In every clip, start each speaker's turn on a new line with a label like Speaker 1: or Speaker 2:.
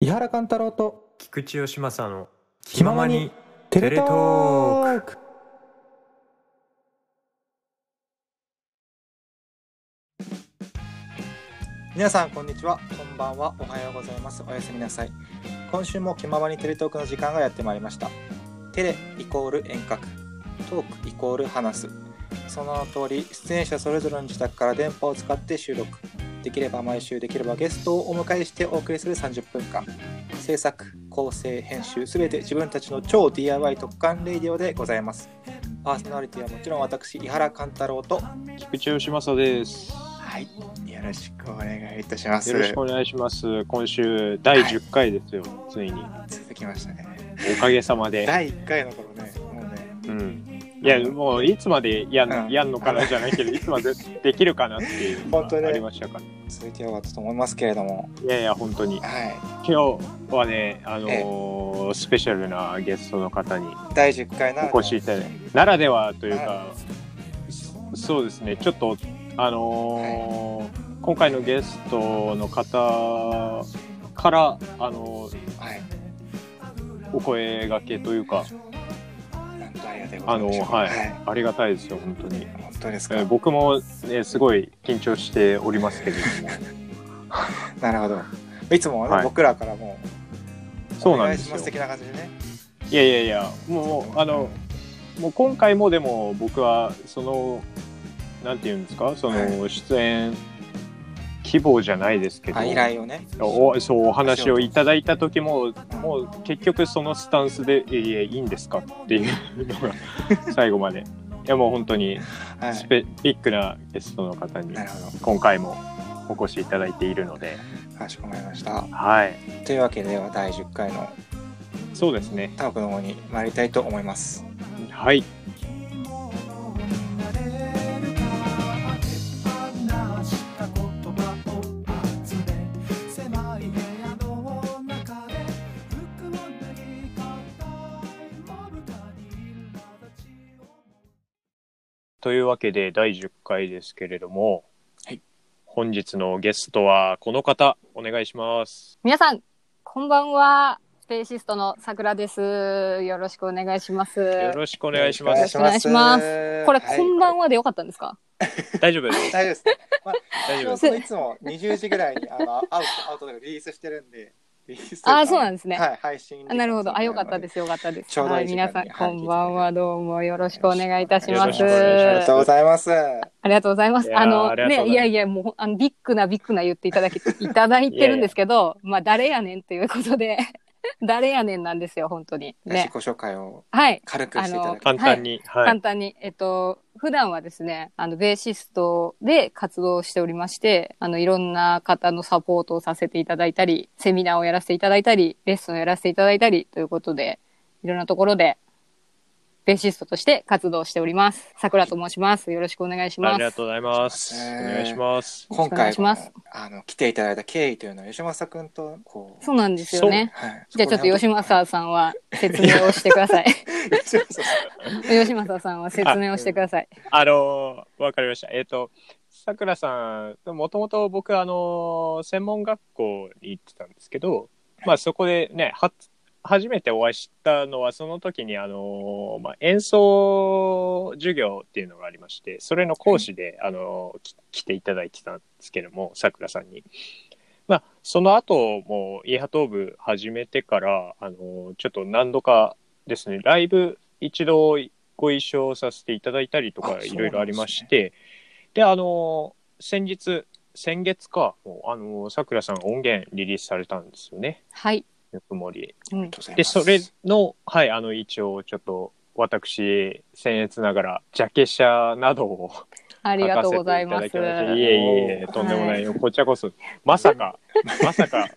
Speaker 1: 伊原貫太郎と
Speaker 2: 菊池義正の
Speaker 1: 気ままにテレトーク
Speaker 3: 皆さんこんにちはこんばんはおはようございますおやすみなさい今週も気ままにテレトークの時間がやってまいりましたテレイコール遠隔トークイコール話すその名の通り出演者それぞれの自宅から電波を使って収録できれば毎週できればゲストをお迎えしてお送りする30分間制作構成編集すべて自分たちの超 DIY 特感レイディオでございますパーソナリティはもちろん私伊原貫太郎と
Speaker 4: 菊池義正です。
Speaker 3: はいよろしくお願いいたします
Speaker 4: よろしくお願いします。今週第10回ですよ、ついに。
Speaker 3: 続きましたね
Speaker 4: おかげさまで。
Speaker 3: 第1回の頃ね、もうね、
Speaker 4: うん、いや、もういつまでやん,、
Speaker 3: うん
Speaker 4: やんのかなじゃないけど、いつまでできるかなっていうの
Speaker 3: 本当
Speaker 4: が
Speaker 3: ね
Speaker 4: ありましたから。
Speaker 3: 続いてよかったと思いますけれども、
Speaker 4: いやいや、本当に。
Speaker 3: は
Speaker 4: 今日はね、あのースペシャルなゲストの方に
Speaker 3: い、第10回な
Speaker 4: お越しいただいて、ならではというか、そそうですね、ちょっと、あのー今回のゲストの方から、あのー
Speaker 3: はい、
Speaker 4: お声がけというか、
Speaker 3: なんとありがたいこと
Speaker 4: あ
Speaker 3: で
Speaker 4: の
Speaker 3: しょう
Speaker 4: はい、ありがたいですよ本当に、
Speaker 3: 本当です
Speaker 4: え
Speaker 3: か
Speaker 4: ー。僕もねすごい緊張しておりますけれども
Speaker 3: なるほど。いつもね、
Speaker 4: はい
Speaker 3: 僕らからも
Speaker 4: そう
Speaker 3: お
Speaker 4: なん
Speaker 3: 願
Speaker 4: で
Speaker 3: いし
Speaker 4: す
Speaker 3: ま
Speaker 4: よ
Speaker 3: す的な感じでね。
Speaker 4: いやいやいやもうあのもう今回もでも僕はそのなんていうんですかその出演希望じゃないですけど、
Speaker 3: あ依頼をね。
Speaker 4: おそうお話をいただいた時も
Speaker 3: うん
Speaker 4: もう結局そのスタンスで「いえいいんですか?」っていうの が最後までいやもう本当に
Speaker 3: は
Speaker 4: ス
Speaker 3: い。
Speaker 4: ペビッグなゲストの方に
Speaker 3: なるほ
Speaker 4: 今回もお越しいただいているので、
Speaker 3: ど。かしこまりました。
Speaker 4: はい、
Speaker 3: というわけでは第10回の
Speaker 4: そうですね。
Speaker 3: タークの方に参りたいと思います。
Speaker 4: はい、というわけで第10回ですけれども、
Speaker 3: はい
Speaker 4: 本日のゲストはこの方お願いします。
Speaker 5: 皆さん、こんばんは。スペーシストのさくらです。よろしくお願いします。
Speaker 4: よろしくお願いしま
Speaker 5: よ
Speaker 4: す。
Speaker 5: ろしくお願いします
Speaker 3: す
Speaker 5: これ、こんばん
Speaker 3: は
Speaker 5: はでよかったんですか
Speaker 4: 大丈夫です。
Speaker 3: い。大丈夫です。あ
Speaker 4: 大丈夫で
Speaker 3: の
Speaker 4: す。
Speaker 3: そのいつも20時ぐらいにあのアウトアウトでリリースしてるんで。リリースといか
Speaker 5: あーそうなんですね
Speaker 3: はい、配信。。
Speaker 5: あなるほど。あ、よかったですす。よかったです。
Speaker 3: ちょうど
Speaker 5: は
Speaker 3: い
Speaker 5: いい、
Speaker 3: 時間
Speaker 5: 皆
Speaker 3: に
Speaker 5: さん、
Speaker 3: は
Speaker 5: こ
Speaker 3: い
Speaker 5: んばんは。どうもよろしくお願いいたします。
Speaker 4: よろしくお
Speaker 3: あり
Speaker 4: 願
Speaker 3: がとうございます。は
Speaker 5: ありがとうございます
Speaker 4: い。やー
Speaker 5: あの
Speaker 4: ありがとうございます
Speaker 5: ね、いやいや、もう、あの、ビッグなビッグな言っていただき、いただいてるんですけど、まあ、誰やねんということで、 誰やねんなんですよ、本当に。
Speaker 3: 自
Speaker 5: ね
Speaker 3: 己。紹介を
Speaker 5: はい。
Speaker 3: 軽くしていただきたい
Speaker 4: 簡単に、はい、
Speaker 5: 簡単に、えっと、普段はですね、あの、ベーシストで活動しておりまして、あの、いろんな方のサポートをさせていただいたり、セミナーをやらせていただいたり、レッスンをやらせていただいたり、ということで、いろんなところで、ベーシストとして活動しております。桜と申します。よろしくお願いします。
Speaker 4: ありがとうございます。
Speaker 3: えー
Speaker 4: お願いします。
Speaker 3: 今
Speaker 5: お願
Speaker 3: 回
Speaker 5: いします
Speaker 3: あの来ていただいた経緯というのは吉正くんとこう
Speaker 5: そうなんですよね。
Speaker 3: はい、
Speaker 5: じゃあちょっと吉正さんは説明をしてく ださい。
Speaker 3: 吉正さん
Speaker 5: 吉正さんは説明をしてください。
Speaker 4: あのーわかりました。えっ、と、さくらさん、もともと僕、あのー専門学校に行ってたんですけど、まあそこでね、は初めてお会いしたのは、その時に、あのーまあ、演奏授業っていうのがありまして、それの講師で、あのーき来ていただいてたんですけども、さくらさんに。まあ、その後もイーハトーブ始めてから、あのーちょっと何度かですね、ライブ一度ご一緒させていただいたりと
Speaker 3: あそう
Speaker 4: か
Speaker 3: なんです
Speaker 4: い
Speaker 3: ね
Speaker 4: ろいろありまして、であのー先日、先月か、もうあのーさくらさんが音源リリースされたんですよね、
Speaker 5: はい。
Speaker 4: ぬくもり。
Speaker 5: うん。
Speaker 3: で
Speaker 4: で、それの、はい、あの、一応、ちょっと、私、僭越ながら、ジャケ写などを
Speaker 5: あ り
Speaker 4: 書
Speaker 5: が
Speaker 4: か
Speaker 5: と
Speaker 4: せ
Speaker 5: う
Speaker 4: てい
Speaker 5: ご
Speaker 4: ただ
Speaker 5: ざ
Speaker 4: きま。
Speaker 5: いますす。
Speaker 4: いえいえいえ、とんでもないよ。こちらこそ、まさ か、まさか、本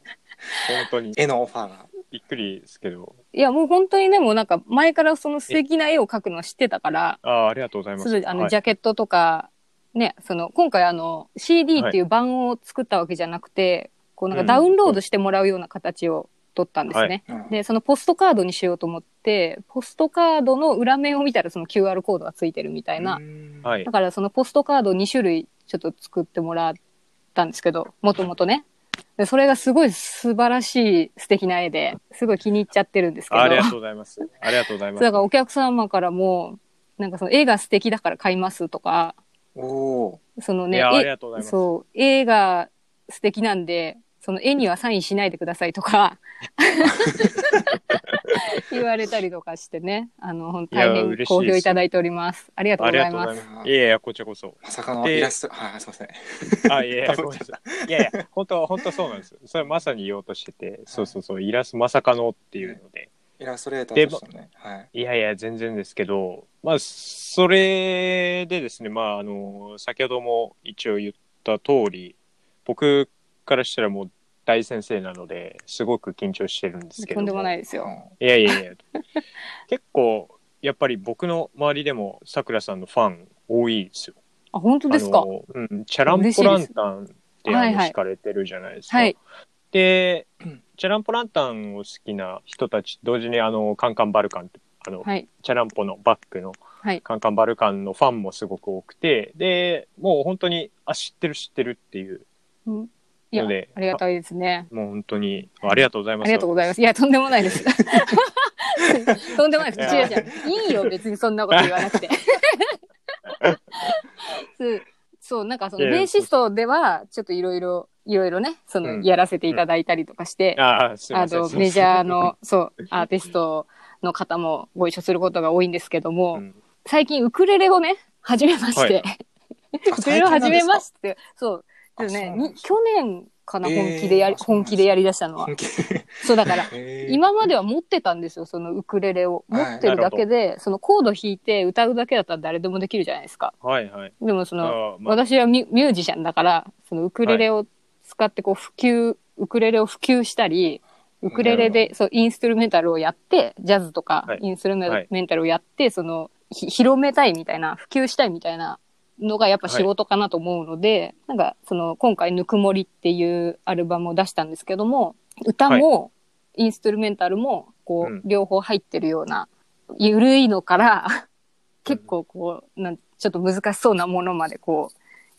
Speaker 4: 当に、
Speaker 3: 絵のオファーが
Speaker 4: びっくりですけど、
Speaker 5: いや、もう本当にね、もうなんか前からその素敵な絵を描くのは知ってたから、
Speaker 4: ああ、ありがとうございますす。
Speaker 5: ぐあの、
Speaker 4: はい
Speaker 5: ジャケットとか、ね、その、今回あの、CD
Speaker 4: はい
Speaker 5: っていう版を作ったわけじゃなくて、こうなんか
Speaker 4: うん
Speaker 5: ダウンロードしてもらうような形を取ったんですね。
Speaker 3: うん
Speaker 5: で、そのポストカードにしようと思って、ポストカードの裏面を見たらその QR コードがついてるみたいな
Speaker 3: う。ん
Speaker 4: はい
Speaker 5: だ。からそのポストカード2種類ちょっと作ってもらったんですけど、もともとね。でそれがすごい素晴らしい素敵な絵ですごい気に入っちゃってるんですけど
Speaker 4: ありがとうございます。ありがとうございま
Speaker 5: そうだ
Speaker 4: す。
Speaker 5: からお客様からもなんかその絵が素敵だから買いますとか
Speaker 3: おー
Speaker 5: その
Speaker 4: い
Speaker 5: ね
Speaker 4: や、あり
Speaker 5: 絵
Speaker 4: がとうございます。
Speaker 5: そう絵が素敵なんでその絵にはサインしないでください とか言われたりとかしてねあの大
Speaker 4: いや
Speaker 5: 変
Speaker 4: 嬉しい
Speaker 5: 好評
Speaker 4: です
Speaker 5: いただいておりますありがとう
Speaker 4: あ
Speaker 5: ご
Speaker 4: り
Speaker 5: ざ
Speaker 4: がとう
Speaker 5: い
Speaker 4: ござ
Speaker 5: ま
Speaker 4: い
Speaker 5: す
Speaker 4: ます。いやいや、こちらこそ。
Speaker 3: まさかのイラスト、はい、すいません。
Speaker 4: あ、いや いや、ごめんなさい。いやいや、本当本当そうなんです。それまさに言おうとしてて、そうそうそう、イラストまさかのっていうので。
Speaker 3: イラストレーターとしてもね。はい。
Speaker 4: いやいや、全然ですけど、まあ、それでですね、まあ、あの、先ほども一応言った通り、僕からしたらもう大先生なので、すごく緊張してるんですけど。
Speaker 5: とんでもない
Speaker 4: い。
Speaker 5: です
Speaker 3: う
Speaker 5: よ
Speaker 3: ん
Speaker 4: いやいやい や、結構、やっぱり僕の周りでも、さくらさんのファン多いですよ。
Speaker 5: あ本当です
Speaker 4: あ
Speaker 5: か
Speaker 4: のうん、チャランポランタンってあ
Speaker 5: 嬉しいですはい
Speaker 4: の
Speaker 5: はい
Speaker 4: 弾かれてるじゃないですか。
Speaker 5: はい
Speaker 4: で、チャランポランタンを好きな人たち、同時にあの、カンカンバルカンって、あの、
Speaker 5: はい
Speaker 4: チャランポのバックの
Speaker 5: はい
Speaker 4: カンカンバルカンのファンもすごく多くて、で、もう本当に、あ、知ってる知ってるっていう
Speaker 5: うんいや
Speaker 4: ので、
Speaker 5: ありがたいですね
Speaker 4: もう本当に、ありがとうございま
Speaker 5: あ
Speaker 4: す。
Speaker 5: りがとうございますいやとんでもないです とんでもないです
Speaker 4: い
Speaker 5: 違
Speaker 4: や
Speaker 5: う違ういいよ別にそんなこと言わなくてそうそうなんかその
Speaker 4: いやいや
Speaker 5: ベーシストではちょっといろいろいろいろねそ
Speaker 4: うん
Speaker 5: のやらせていただいたりとかして、
Speaker 4: ああ、すい
Speaker 5: あ
Speaker 4: ません。
Speaker 5: の
Speaker 4: すいません
Speaker 5: メジャー、のそうアーティストの方もご一緒することが多いんですけども、
Speaker 4: うん
Speaker 5: 最近ウクレレをね始めまして、 ウクレレを始めましてそう
Speaker 3: あ
Speaker 5: でね
Speaker 3: そうなん
Speaker 5: に
Speaker 3: です
Speaker 5: 去年かな
Speaker 3: え
Speaker 5: 本
Speaker 3: ー
Speaker 5: 気でや
Speaker 3: あ
Speaker 5: り、
Speaker 3: そうなん
Speaker 5: 本
Speaker 3: です
Speaker 5: 気でやりだしたの は
Speaker 3: 本気
Speaker 5: そうだから
Speaker 3: へー
Speaker 5: 今までは持ってたんですよそのウクレレを持
Speaker 3: はい
Speaker 5: ってるだけで、そのコード弾いて歌うだけだったら誰でもできるじゃないですか
Speaker 4: はいはい。
Speaker 5: でもその
Speaker 4: ああまあ
Speaker 5: 私はミュミュージシャンだからそのウクレレを使ってこう普及、ウクレレを普及したりウクレレ
Speaker 4: な
Speaker 5: でそうインストゥルメンタルをやってジャズとか
Speaker 4: はい
Speaker 5: インストゥルメンタルをやって、そのひ広めたいみたいな普及したいみたいなのがやっぱ仕事かなと思うので、なんかその今回「ぬくもり」っていうアルバムを出したんですけども歌もインストゥルメンタルもこ
Speaker 4: うん
Speaker 5: う両方入ってるようなゆるいのから 結構こうなんちょっと難しそうなものまでこ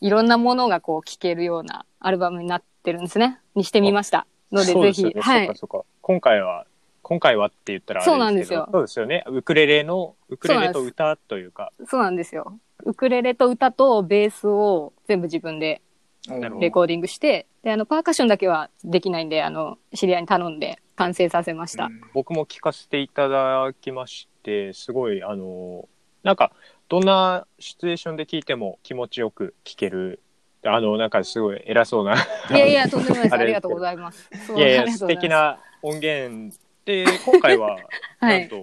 Speaker 5: ういろんなものがこう聴けるようなアルバムになってるんですねにしてみましたので
Speaker 4: そう
Speaker 5: ぜ
Speaker 4: です
Speaker 5: ひ
Speaker 4: よね、
Speaker 5: は
Speaker 4: そう
Speaker 5: い
Speaker 4: かそうか今回は今回はって言ったらあれですけど
Speaker 5: そうなんですよ
Speaker 4: そうですよねウクレレのウクレレと
Speaker 5: そうなんで
Speaker 4: 歌というか
Speaker 5: そうなんですよウクレレと歌とベースを全部自分で
Speaker 4: なるほど
Speaker 5: レコーディングしてであのパーカッションだけはできないんであの知り合いに頼んで完成させました、
Speaker 3: うん
Speaker 4: 僕も聞かせていただきましてすごいあのなんかどんなシチュエーションで聞いても気持ちよく聞けるあのなんかすごい偉そう な
Speaker 5: いやいやとんでもないです
Speaker 4: あ
Speaker 5: あ
Speaker 4: れ
Speaker 5: りがとうございますそう
Speaker 4: いや
Speaker 5: あ
Speaker 4: い
Speaker 5: り
Speaker 4: や
Speaker 5: がと
Speaker 4: 素
Speaker 5: うござ
Speaker 4: 敵
Speaker 5: いま
Speaker 4: な音源で今回は
Speaker 5: す は
Speaker 4: なん
Speaker 5: い
Speaker 4: と、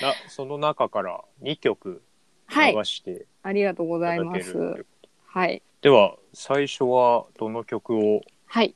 Speaker 4: なその中から2曲流
Speaker 5: はい
Speaker 4: して
Speaker 5: ありがとうご
Speaker 4: いただ
Speaker 5: ざいま
Speaker 4: け
Speaker 5: す
Speaker 4: る、
Speaker 5: はい
Speaker 4: では最初はどの曲を
Speaker 5: はい
Speaker 4: はい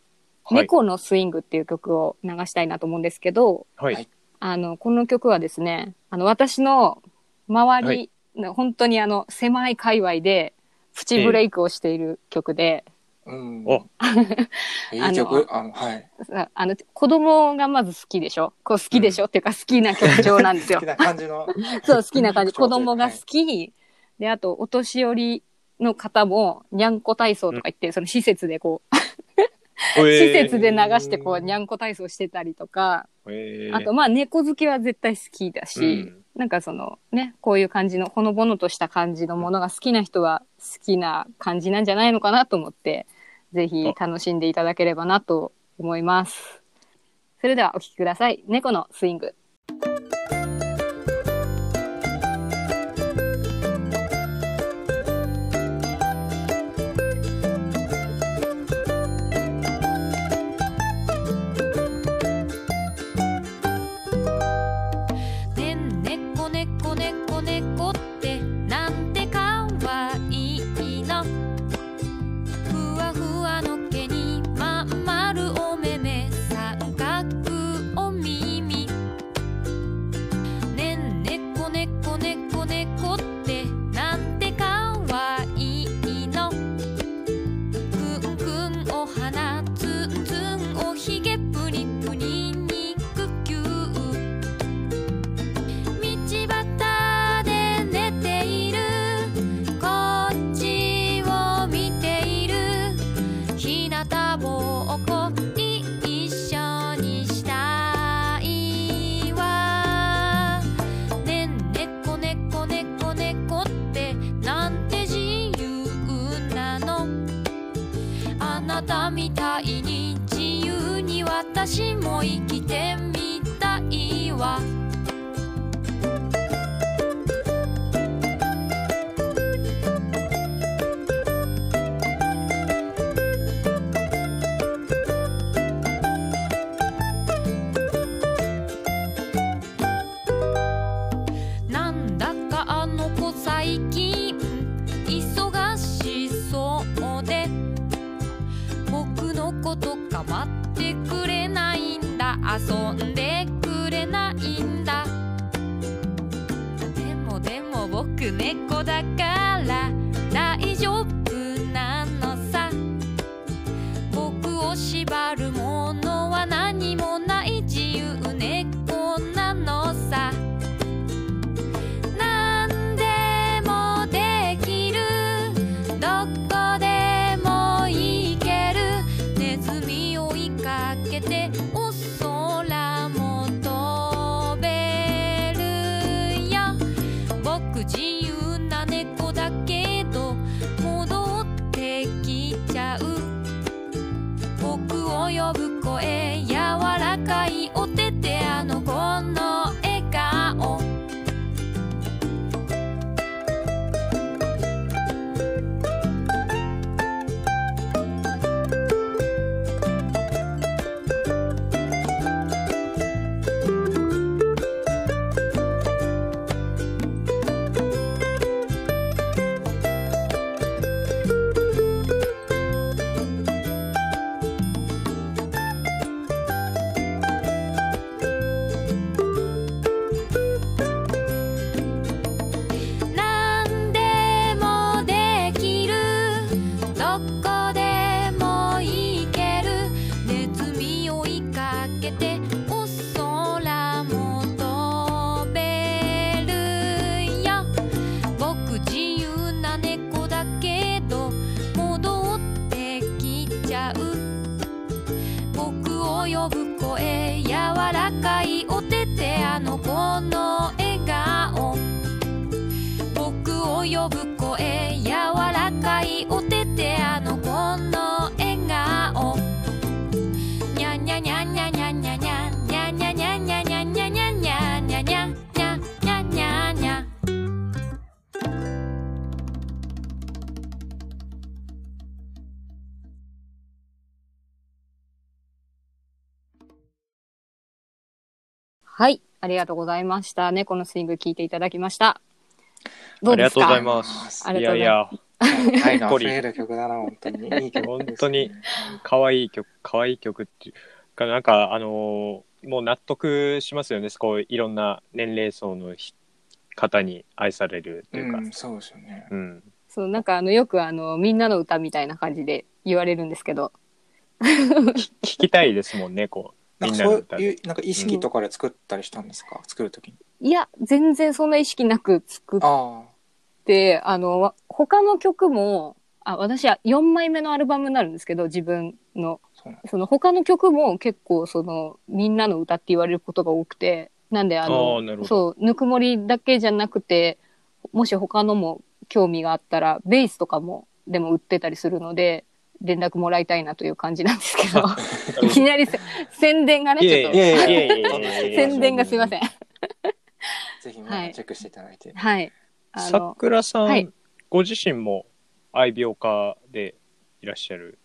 Speaker 5: 猫のスイングっていう曲を流したいなと思うんですけど、
Speaker 4: はい
Speaker 3: はい
Speaker 5: あの、この曲はですね、あの、私の周
Speaker 4: は
Speaker 5: り、本当にあの、狭い界隈で、プチブレイクをしている曲で、
Speaker 3: うん
Speaker 4: お
Speaker 3: いい曲あのはい
Speaker 5: ああの、子供がまず好きでしょこう好きでしょ、っていうか好きな曲調なんで す
Speaker 3: 好
Speaker 5: よ
Speaker 3: き。な感 じの
Speaker 5: そう、好きな感じ。
Speaker 3: 曲調
Speaker 5: 子
Speaker 3: というか
Speaker 5: 供が好き。で、あと、お年寄りの方も、にゃんこ体操とか言って、その施設でこう、施設で流してこう、にゃんこ体操してたりとか、
Speaker 4: えー
Speaker 5: あと、まあ、猫好きは絶対好きだし、
Speaker 4: うん
Speaker 5: なんかそのね、こういう感じの、ほのぼのとした感じのものが好きな人は好きな感じなんじゃないのかなと思って、ぜひ楽しんでいただければなと思います。それではお聴きください。猫のスイング。
Speaker 2: ねんねこねこねこねこってなんてかわいいのふわふわの毛にまんまるお目目三角お耳生きてみたいわ」なんだかあの子最近忙しそうで僕のこと構ってくれないんだ遊んでくれないんだでもでも僕猫だから大丈夫なのさ僕を縛るものは何もない自由猫なのさなんでもできるどこでも行けるネズミ追いかけてお空も飛べるよ僕自由な猫だけど戻ってきちゃう僕を呼ぶ声柔らかいお手手あの子の笑顔なんでもできるどこでも行けるネズミ追いかけてお空も飛べるよ僕自由な猫だけど戻ってきちゃう僕を呼ぶ声柔らかいお手手あの子の笑顔僕を呼ぶ声柔らかいお手手あの子の笑顔にゃにゃにゃにゃにゃにゃにゃにゃにゃにゃにゃにゃにゃにゃにゃにゃにゃにゃにゃにゃにゃ
Speaker 5: はい。ありがとうございました。猫のスイング聞いていただきました。ど
Speaker 4: あ
Speaker 5: う
Speaker 4: り
Speaker 5: で
Speaker 4: が
Speaker 5: す
Speaker 4: とうござい
Speaker 5: か
Speaker 4: ます。
Speaker 5: あ
Speaker 4: い
Speaker 5: りが
Speaker 4: や
Speaker 5: とう
Speaker 4: い
Speaker 5: ござい
Speaker 4: や、
Speaker 3: 愛
Speaker 4: ほ
Speaker 3: の
Speaker 4: っこ
Speaker 3: 溢
Speaker 4: り
Speaker 3: れる曲だな、本当に。 いい曲です、ね。
Speaker 4: 本当に。可愛い曲、可愛い曲っていうか、なんか、あのーもう納得しますよね。こう、いろんな年齢層のひ方に愛されるというか。
Speaker 3: うん、そうですよね。
Speaker 4: うん。
Speaker 5: そう、なんかあの、よくあの、みんなの歌みたいな感じで言われるんですけど、
Speaker 4: 聞きたいですもんね、こう。
Speaker 3: なん
Speaker 4: みん
Speaker 3: か
Speaker 4: なの
Speaker 3: そう
Speaker 4: 歌で。
Speaker 3: いう、なんか意識とかで作ったりしたんですか、作るときに。
Speaker 5: いや、全然そんな意識なく作っ
Speaker 3: あ
Speaker 5: で、あの、わ他の曲も、あ私は4枚目のアルバムになるんですけど、自分の
Speaker 3: そうなん。
Speaker 5: その他の曲も結構その、みんなの歌って言われることが多くて、なんであ
Speaker 4: あーなるほ
Speaker 5: の、
Speaker 4: ど
Speaker 5: そう、ぬくもりだけじゃなくて、もし他のも興味があったら、ベースとかも、でも売ってたりするので、連絡もらいたいなという感じなんですけど、いきなりせ宣伝が
Speaker 4: い
Speaker 5: ね、ちょ
Speaker 4: え
Speaker 5: っ
Speaker 4: いえ
Speaker 5: と、
Speaker 3: ちょっと
Speaker 4: いえいえいえいえ。
Speaker 5: 宣伝がすいません。
Speaker 3: あ、ぜひ、
Speaker 5: はい
Speaker 3: チェックしていただいて。
Speaker 5: はい。あ
Speaker 4: さ
Speaker 5: の、
Speaker 4: くらさん、
Speaker 5: はい
Speaker 4: ご自身も愛病家でいらっしゃる。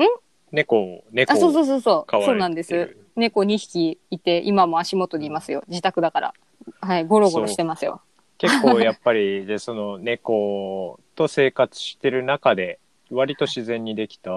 Speaker 5: ん
Speaker 4: 猫を、猫
Speaker 5: あ、
Speaker 4: を
Speaker 5: そうそうそうそ
Speaker 4: 飼われて
Speaker 5: う、
Speaker 4: る。
Speaker 5: そうなんです。猫2匹いて今も足元にいますよ自宅だからはいゴロゴロしてますよ
Speaker 4: 結構やっぱり、で、その猫と生活してる中で、割と自然にできた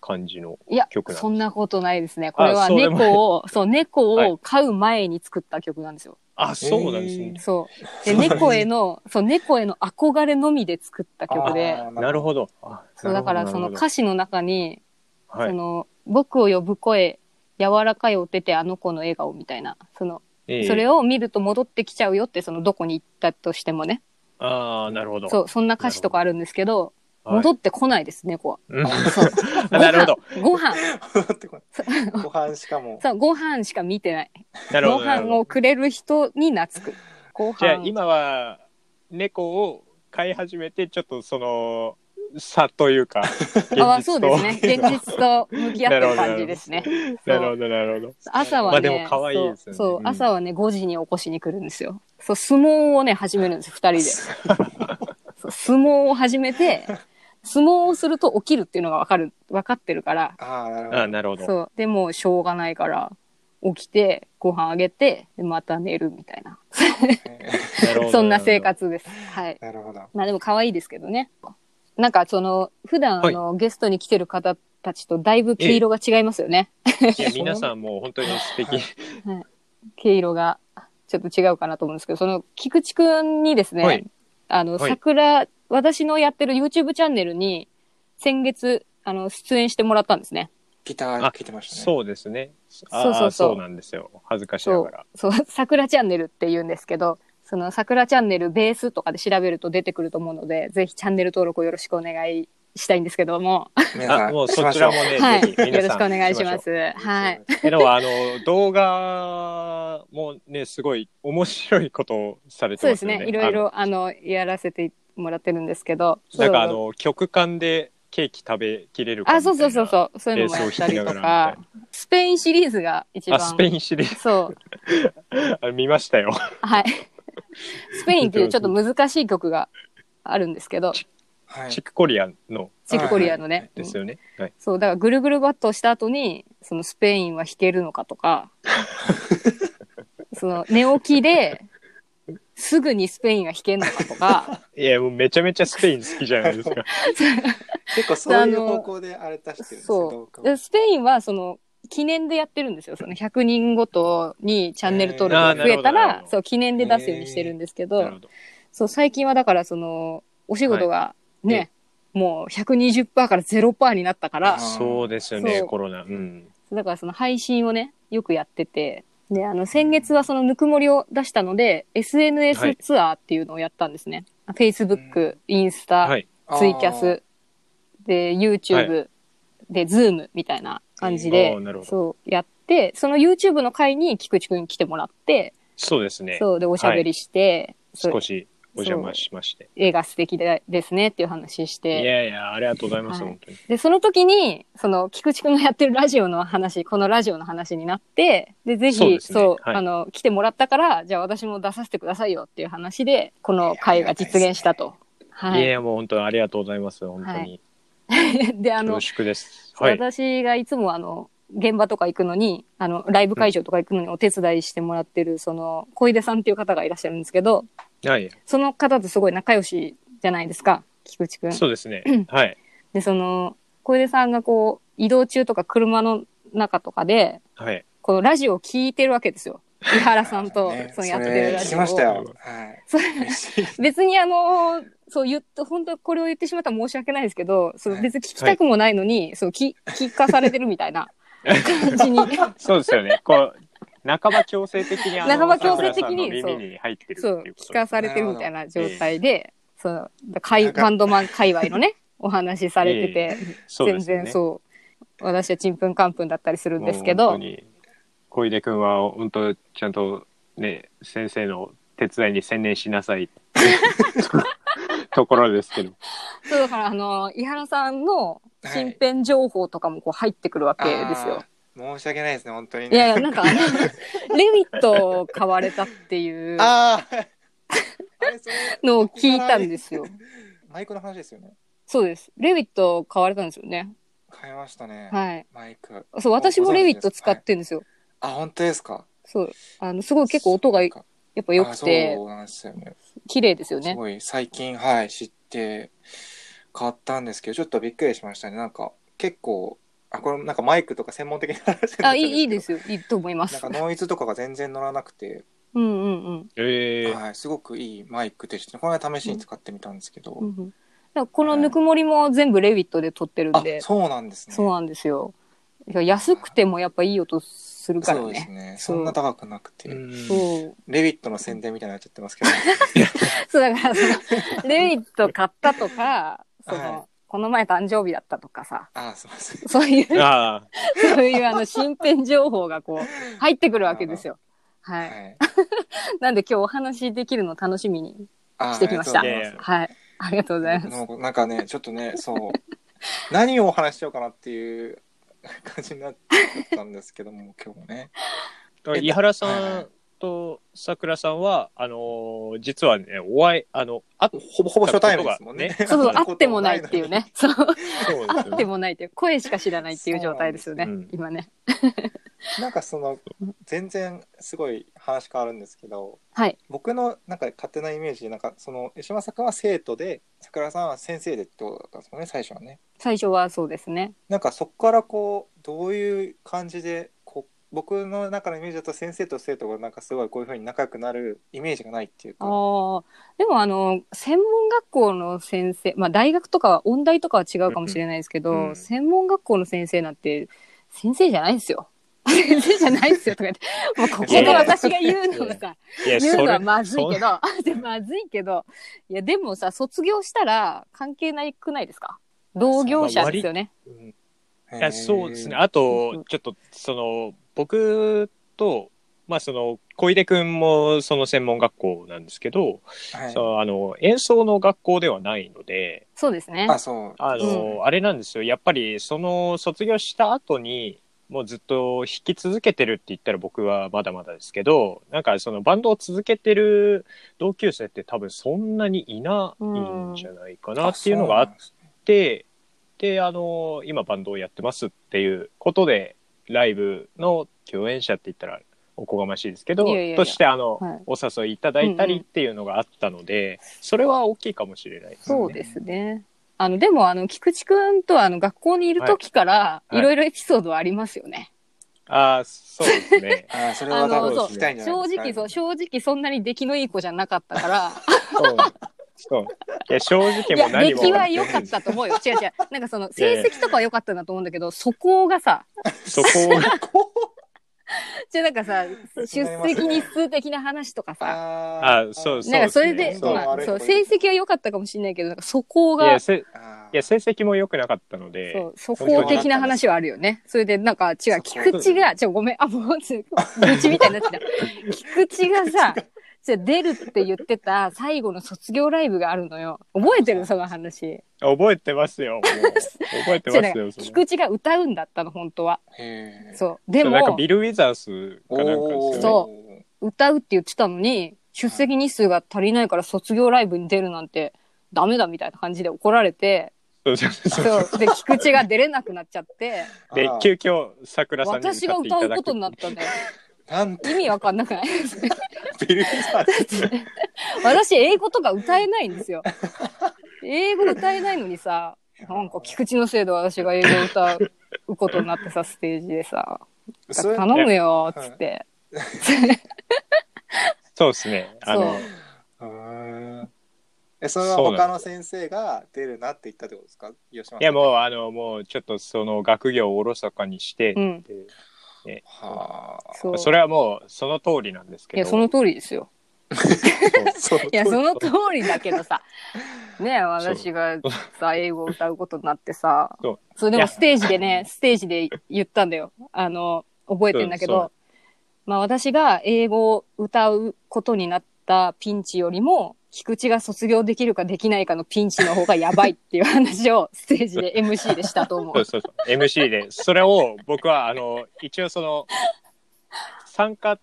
Speaker 4: 感じの。
Speaker 5: いや
Speaker 4: 曲なんです
Speaker 5: そんなことないですねこれは
Speaker 4: そうでも
Speaker 5: 猫をそう猫
Speaker 4: は
Speaker 5: を
Speaker 4: い
Speaker 5: 飼う前に作った曲なんですよ、
Speaker 4: あ、そうなんですね。
Speaker 5: そうで猫へのそう猫への憧れのみで作った曲で
Speaker 3: あー
Speaker 4: なるほど。あ
Speaker 5: そうだからその、
Speaker 4: なる
Speaker 5: 歌詞の中に、
Speaker 4: ほどはい
Speaker 5: その僕を呼ぶ声柔らかいお手手あの子の笑顔みたいなその、
Speaker 4: ええ
Speaker 5: それを見ると戻ってきちゃうよってそのどこに行ったとしてもね
Speaker 4: ああ、なるほど。
Speaker 5: そうそんな歌詞とかあるんですけど
Speaker 4: はい
Speaker 5: 戻ってこないです、猫は。
Speaker 4: うん
Speaker 5: そうご飯
Speaker 4: なるほど。
Speaker 5: ご飯。
Speaker 3: 戻 ってこ ないご飯しかも。
Speaker 5: そう、ご飯しか見てない。
Speaker 4: なるほ
Speaker 5: ご
Speaker 4: どなるほ
Speaker 5: 飯
Speaker 4: ど。
Speaker 5: をくれる人に懐く。ご飯。
Speaker 4: じゃあ今は猫を飼い始めてちょっとその差というか、
Speaker 5: あ
Speaker 4: 現
Speaker 5: そ
Speaker 4: 実
Speaker 5: うで
Speaker 4: と
Speaker 5: す。ね。現実と向き合ってる感じですね。
Speaker 4: なるほど、なるほど。
Speaker 5: 朝
Speaker 4: ま
Speaker 5: は
Speaker 4: あで
Speaker 5: ね、
Speaker 4: も可愛いですよね
Speaker 5: そうそう
Speaker 4: うん
Speaker 5: 朝はね、5時に起こしに来るんですよ。そう、相撲をね、始めるんですよ、二人で。 そう相撲を始めて、相撲をすると起きるっていうのがわかる、分かってるから、
Speaker 3: ああ、なるほ
Speaker 4: あ
Speaker 3: ど。
Speaker 4: なるほど。
Speaker 5: そう。でも、しょうがないから、起きて、ご飯あげて、でまた寝るみたいな。
Speaker 4: なるほど
Speaker 5: そんな生。活です。はい。
Speaker 3: なるほど。
Speaker 5: まあでも可愛いですけどね。なんかその、普段あの、ゲストに来てる方たちとだいぶ毛色が違いますよね。
Speaker 4: いや、皆さんもう本当に素敵。
Speaker 5: 毛色がちょっと違うかなと思うんですけど、その菊池くんにですね、
Speaker 4: はい
Speaker 5: あの、
Speaker 4: はい
Speaker 5: 桜、私のやってる YouTube チャンネルに先月、あの、出演してもらったんですね。
Speaker 3: ギター
Speaker 4: あ
Speaker 3: 聴いてましたね。
Speaker 4: そうですね。あ
Speaker 5: そうそうそう
Speaker 4: そうなんですよ。恥ずかしな
Speaker 5: そ
Speaker 4: が
Speaker 5: う
Speaker 4: ら。、
Speaker 5: そう、桜チャンネルって言うんですけど、その桜チャンネルベースとかで調べると出てくると思うので、ぜひチャンネル登録をよろしくお願いしたいんですけども、
Speaker 3: 皆さ
Speaker 4: あ、
Speaker 3: ん、
Speaker 4: もう
Speaker 3: し
Speaker 4: そ
Speaker 3: まし
Speaker 4: ち
Speaker 3: ょ
Speaker 4: ら
Speaker 3: う
Speaker 4: もね、
Speaker 5: はい、
Speaker 4: ぜひ皆さん
Speaker 5: よろしくお願いしま
Speaker 4: し
Speaker 5: す。はい。。
Speaker 4: ましょうでも、あの、動画もね、すごい面白いことをされて
Speaker 5: そう
Speaker 4: ま
Speaker 5: ですす
Speaker 4: よね。
Speaker 5: ね、いろいろ、あの、やらせてもらってるんですけど、
Speaker 4: あの。なんかあ
Speaker 5: そう
Speaker 4: の、曲間でケーキ食べきれるか
Speaker 5: あ、
Speaker 4: みたい
Speaker 5: そ
Speaker 4: うな
Speaker 5: そうそうそう、そうい
Speaker 4: レ
Speaker 5: う
Speaker 4: ースを
Speaker 5: のもや
Speaker 4: 引
Speaker 5: っ
Speaker 4: き
Speaker 5: た
Speaker 4: な
Speaker 5: り
Speaker 4: がら
Speaker 5: と
Speaker 4: みたい
Speaker 5: か、スペインシリーズが一
Speaker 4: な。
Speaker 5: 番。
Speaker 4: あ、スペインシリーズ
Speaker 5: そう、
Speaker 4: あ見ましたよ。
Speaker 5: はい。スペインっていうちょっと難しい曲があるんですけど、
Speaker 3: はい。
Speaker 4: チックコリアンの
Speaker 5: チクコリアのね。
Speaker 4: ですよね。はい。
Speaker 5: そう、だからぐるぐるバットをした後に、そのスペインは弾けるのか とか、その寝起きで、すぐにスペインが弾けるのかとか、
Speaker 4: いや、もうめちゃめちゃスペイン好きじゃないですか。
Speaker 3: 結構そういう方向であれ出してるんですよ
Speaker 5: そ
Speaker 3: 動
Speaker 5: う。
Speaker 3: 画
Speaker 5: で
Speaker 3: を
Speaker 5: スペインはその、記念でやってるんですよ。その100人ごとにチャンネル登録が増
Speaker 4: えーあ
Speaker 5: えた
Speaker 4: ーなるほどなる
Speaker 5: ら
Speaker 4: ほ、ど
Speaker 5: そう、記念で出すようにしてるんですけど、
Speaker 4: なるほど。
Speaker 5: そう、最近はだからその、お仕事がね、もう120%から0%になったから、
Speaker 3: あ
Speaker 4: そうですよね、
Speaker 5: そう
Speaker 4: コロナ。うん。
Speaker 5: だからその配信をね、よくやってて、で、あの、先月はそのぬくもりを出したので、
Speaker 4: は
Speaker 5: SNS
Speaker 4: い
Speaker 5: ツアーっていうのをやったんですね。Facebook、インスタ、
Speaker 4: はい。
Speaker 5: ツイキャ
Speaker 3: あー
Speaker 5: ス、で、YouTube、で、Zoom みたいな感じで
Speaker 4: あーなる、ほど
Speaker 5: そう、やって、その YouTube の回に菊池くん来てもらって、
Speaker 4: そうですね。
Speaker 5: そう、で、おしゃべりして、そう
Speaker 4: 少しお邪魔しまして。
Speaker 5: 絵が素敵でですねっていう話し
Speaker 4: い
Speaker 5: て、
Speaker 4: やいや、ありがとうございます、
Speaker 5: はい
Speaker 4: 本当に。
Speaker 5: で、その時に、その、菊池くんがやってるラジオの話、このラジオの話になって、で、ぜひ、
Speaker 4: そ
Speaker 5: そうう,、
Speaker 4: ですねはい、
Speaker 5: あの、来てもらったから、じゃあ私も出させてくださいよっていう話で、この会が実現したと。はいい。
Speaker 4: や、もう本当にありがとうございます、本当に。
Speaker 5: で、あの
Speaker 4: 恐、縮です。はい。
Speaker 5: 私がいつもあの、現場とか行くのに、あの、ライブ会場とか行くのにお手伝いしてもらってる、その、小出さんっていう方がいらっしゃるんですけど、
Speaker 4: はい。
Speaker 5: その方とすごい仲良しじゃないですか、菊池くん。
Speaker 4: そう ですね。はい。
Speaker 5: で、その、小出さんがこう、移動中とか車の中とかで、
Speaker 4: はい。
Speaker 5: このラジオを聞いてるわけですよ。井原さん と
Speaker 3: ね、
Speaker 5: そのやってる
Speaker 3: それ
Speaker 5: ラ
Speaker 3: 聞
Speaker 5: ジ
Speaker 3: き
Speaker 5: オを。
Speaker 3: ましたよ。はい。
Speaker 5: そ
Speaker 3: 嬉しい
Speaker 5: 別にあのーそう言って、本当にこれを言ってしまったら申し訳ないですけど、その別に聞きたくもないのに、そう聞、聞かされてるみたいな感じに。
Speaker 4: そうですよね。こう、半ば強制的に、あの
Speaker 5: 半ば強制的に
Speaker 4: 桜さんの耳に入ってるって
Speaker 5: そう
Speaker 4: いう、こ
Speaker 5: 聞
Speaker 4: と
Speaker 5: か
Speaker 4: で。
Speaker 5: されてるみたいな状態で、そう、かい
Speaker 3: なんか
Speaker 5: バンドマン界隈のね、お話しされてて、
Speaker 4: そうで
Speaker 5: 全
Speaker 4: すよね
Speaker 5: 然そう、私はちんぷんかんぷんだったりするんです
Speaker 4: も
Speaker 5: け
Speaker 4: う
Speaker 5: ど
Speaker 4: 本当、に小出君は本当ちゃんとね先生の手伝いに専念しな さいところですけど
Speaker 5: そうだからあのー、井原さんの身辺情報とかもこう入ってくるわけですよ。
Speaker 3: あー申し訳ないですね、本当に
Speaker 5: いやい
Speaker 3: ね。
Speaker 5: や、なんかあの、 レミットを買われたっていう
Speaker 3: あーあれそれ
Speaker 5: のを聞いたんですよ。
Speaker 3: マイクの話ですよね。
Speaker 5: そうです。レミットを買われたんですよね。
Speaker 3: 買いましたね。
Speaker 5: はい。
Speaker 3: マイク。
Speaker 5: そう、私もレミット使ってるんですよ。
Speaker 3: あ、本当ですか。
Speaker 5: そう。あの、すごい結構音がや
Speaker 3: そっか
Speaker 5: っぱ良く
Speaker 3: あ
Speaker 5: て
Speaker 3: そ、うなんですよね。
Speaker 5: 綺麗ですよ
Speaker 3: す
Speaker 5: ね。
Speaker 3: ごい最近はい知って買ったんですけどちょっとびっくりしましたねなんか結構あこれなんかマイクとか専門的な話になっ
Speaker 5: あ、
Speaker 3: ちゃうん
Speaker 5: いい、いい
Speaker 3: けど
Speaker 5: ですよ。いいと思いま
Speaker 3: なん
Speaker 5: す
Speaker 3: か。ノイズとかが全然乗らなくて、
Speaker 5: うんうんうん
Speaker 4: え
Speaker 3: はい、すごくいいマイクでしたこの間試しに使ってみたんですけど、
Speaker 5: うんうん。だからこのぬくもりも全部レビットで撮ってるん
Speaker 3: あ
Speaker 5: で、
Speaker 3: そうなんですね
Speaker 5: そうなんですよ。いや安くてもやっぱいい音するから
Speaker 3: そうです
Speaker 5: ね。
Speaker 3: ね
Speaker 5: そ
Speaker 3: そうそんな高くなくて、
Speaker 5: そう。
Speaker 3: レビットの宣伝みたいになっちゃってますけど
Speaker 5: そうだからその、レミット買ったとか、そ の、
Speaker 3: はい
Speaker 5: この前誕生日だったとかさ、
Speaker 3: あすいません
Speaker 5: そういう、
Speaker 4: ああ
Speaker 5: そういうあの、身辺情報がこう、入ってくるわけですよ。はい。
Speaker 3: はい
Speaker 5: なんで今日お話しできるの楽しみに
Speaker 3: あ
Speaker 5: してきました
Speaker 3: ありがとうござい
Speaker 4: いやいや
Speaker 3: ます
Speaker 5: はい。ありがとうございます。
Speaker 3: なんかね、ちょっとね、 そう、何をお話ししようかなっていう 感じになっちゃったんですけども、今日もね。
Speaker 4: だから井原
Speaker 3: はい
Speaker 4: さ
Speaker 3: はい
Speaker 4: んと桜さんは、あのー実はね、お会い、あの、あそう
Speaker 3: ほぼほぼ初対面ですもんね。
Speaker 4: ね
Speaker 5: そうそう、会ってもないっていう。ね。そう、
Speaker 4: です
Speaker 5: 会っ
Speaker 4: よ
Speaker 5: て
Speaker 4: ね。
Speaker 5: もないっていう、声しか知らないっていう状態ですよね
Speaker 4: そうなんです、
Speaker 5: 今ね。
Speaker 3: なんかその、全然すごい話変わるんですけど、
Speaker 5: はい。
Speaker 3: 僕のなんか勝手なイメージで、なんかその、吉正君は生徒で、桜さんは先生でってことだったんですもんね、最初はね。
Speaker 5: 最初はそうですね。
Speaker 3: なんかそこからこう、どういう感じで、こう、僕の中のイメージだと先生と生徒がなんかすごいこういうふうに仲良くなるイメージがないっていう
Speaker 5: あ
Speaker 3: か。
Speaker 5: あ。でもあの、専門学校の先生、まあ大学とかは、音大とかは違うかもしれないですけど、
Speaker 4: うんうん
Speaker 5: 専門学校の先生なんて、先生じゃないんですよ。 先生じゃないですよとか言って、もうここで私が言うのもさ、
Speaker 4: いや、
Speaker 5: 言う
Speaker 4: そ
Speaker 5: のは
Speaker 4: れ、
Speaker 5: まずいけど、 でまずいけど、いや、でもさ、卒業したら関係ないくないですか同業者ですよね。
Speaker 3: うん
Speaker 4: いやそうですね。
Speaker 3: へー
Speaker 4: あ
Speaker 5: うん
Speaker 4: と、ちょっと、その、僕と、まあ、その、小出くんも、その専門学校なんですけど、
Speaker 3: はい
Speaker 4: そのあの、演奏の学校ではないので、
Speaker 5: そうですね。
Speaker 3: あ、そう。
Speaker 4: あの、あれなんですよ。やっぱり、その、卒業した後に、もうずっと弾き続けてるって言ったら僕はまだまだですけど、なんかそのバンドを続けてる同級生って多分そんなにいないんじゃないかなっていうのがあっ
Speaker 3: そ
Speaker 4: て、で、あの、今バンドをやってますっていうことで、ライブの共演者って言ったらおこがましいですけど、
Speaker 5: いやいやいや
Speaker 4: としてあの、
Speaker 5: はい
Speaker 4: お誘いいただいたりっていうのがあったので、それは大きいかもしれないですね。
Speaker 5: そうですね。あの、でも、あの、菊池くんとは、あの、学校にいる時から、
Speaker 4: いはい
Speaker 5: いろいろエピソードはありますよね。
Speaker 4: ああ、そうです
Speaker 3: うな
Speaker 4: ね。
Speaker 3: んですねあ、それ
Speaker 5: あ
Speaker 3: は多
Speaker 5: の、
Speaker 3: 分
Speaker 5: そう、
Speaker 3: 聞きたいんじゃない
Speaker 5: 正
Speaker 3: ですか
Speaker 5: 直、そう、正直そんなに出来のいい子じゃなかったから、
Speaker 4: そう。そう。いや、正直
Speaker 5: い
Speaker 4: もう
Speaker 5: や、
Speaker 4: 何
Speaker 5: 出
Speaker 4: も。
Speaker 5: 来は良かったと思うよ。違う違う。なんかその、成績とかは良かったんだと思うんだけど、そこがさ、
Speaker 4: そこを。
Speaker 5: じゃあなんかさ、出席日数的な話とかさ、
Speaker 3: あー
Speaker 4: あそうそう
Speaker 5: なんかそれで、
Speaker 4: ですね
Speaker 5: まあ、
Speaker 3: そ
Speaker 5: そうう、成績は良かったかもしれないけど、なんかそこ
Speaker 4: いや、
Speaker 5: が、
Speaker 4: せ、い
Speaker 3: あー
Speaker 4: や、成績も良くなかったので。
Speaker 5: そう、そこ的な話はあるよね。それで、なんか、違う、菊池が、ちょ、ごめん、あ、もう、ちょ愚痴みたいになっ てた。菊池がさ、じゃ出るって言ってた最後の卒業ライブがあるのよ。覚えてるその話。
Speaker 4: 覚えてますよ。もう覚えて
Speaker 5: じゃ
Speaker 4: ます
Speaker 5: な
Speaker 4: よ。
Speaker 5: んか
Speaker 4: それ
Speaker 5: 菊池が歌うんだったの、本当は。
Speaker 3: へー
Speaker 5: そう。で
Speaker 4: なんか
Speaker 5: も、
Speaker 4: ビル・ウィザースかなんかですよ
Speaker 3: お
Speaker 4: ね。
Speaker 3: ー
Speaker 5: そう歌うって言ってたのに、出席日数が足りないから卒業ライブに出るなんて、ダメだみたいな感じで怒られて、
Speaker 4: そうそうそう
Speaker 5: そう。で、菊池が出れなくなっちゃ って、
Speaker 4: で
Speaker 3: あー、
Speaker 4: 急遽、桜さんに
Speaker 5: 私が
Speaker 4: 歌ってい
Speaker 5: 歌
Speaker 4: た
Speaker 5: う
Speaker 4: だ
Speaker 5: こ
Speaker 4: く
Speaker 5: とになったんだよ。
Speaker 3: なんて
Speaker 5: 意味わかんなくない
Speaker 3: ビルさん
Speaker 5: 私、英語とか歌えないんですよ。英語歌えないのにさ、なんか菊池のせいで私が英語歌うことになってさ、ステージでさ、
Speaker 3: それ
Speaker 5: 頼むよ、つって。
Speaker 4: そうですね。あの
Speaker 5: そう、
Speaker 3: うーんえそれは
Speaker 4: そうな
Speaker 3: 他
Speaker 4: ん
Speaker 3: の先生が出るなって言ったってことですか吉村さん
Speaker 4: いや、もう、あの、もう、ちょっとその学業をおろそかにして
Speaker 5: う、ん。
Speaker 3: はあ
Speaker 5: そう。
Speaker 4: それはもう、その通りなんですけ
Speaker 5: い
Speaker 4: ど。
Speaker 5: や、その通りですよ。
Speaker 3: そう
Speaker 5: いや、その通りだけ どさ、ねえ私がさ、英語を歌うことになってさ
Speaker 4: そう、
Speaker 5: そう、で
Speaker 4: い
Speaker 5: も
Speaker 4: や
Speaker 5: ステージでね、ステージで言ったんだよ。あの、覚えてんだけ
Speaker 4: そうそ
Speaker 5: ど、まあ私が英語を歌うことになったピンチよりも、菊池が卒業できるかできないかのピンチの方がやばいっていう話をステージで MC でしたと思
Speaker 4: そう
Speaker 5: う。
Speaker 4: そうそう。MC で。それを僕は、あの、一応その、参加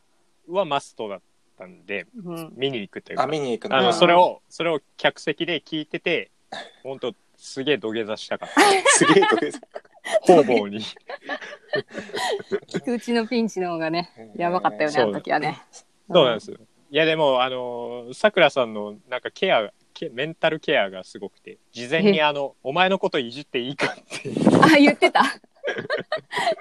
Speaker 4: はマストだったんで、
Speaker 5: うん、
Speaker 4: 見に行くという
Speaker 3: あ
Speaker 4: か、
Speaker 3: 見に行く
Speaker 4: あ
Speaker 5: う
Speaker 4: の、
Speaker 5: ん
Speaker 4: それを、それを客席で聞いてて、本当すげえ土下座したから、
Speaker 3: すげえとです
Speaker 4: 方々に。
Speaker 5: 菊池のピンチの方がね、やばかったよね、
Speaker 4: そ
Speaker 5: あ
Speaker 4: う
Speaker 5: の時はね。
Speaker 4: そうなんですよ。いや、でも、あの、さくらさんの、なんかケア、ケメンタルケアがすごくて、事前に
Speaker 5: え
Speaker 4: あの、お前のこといじっていいかって、
Speaker 5: あ、言ってた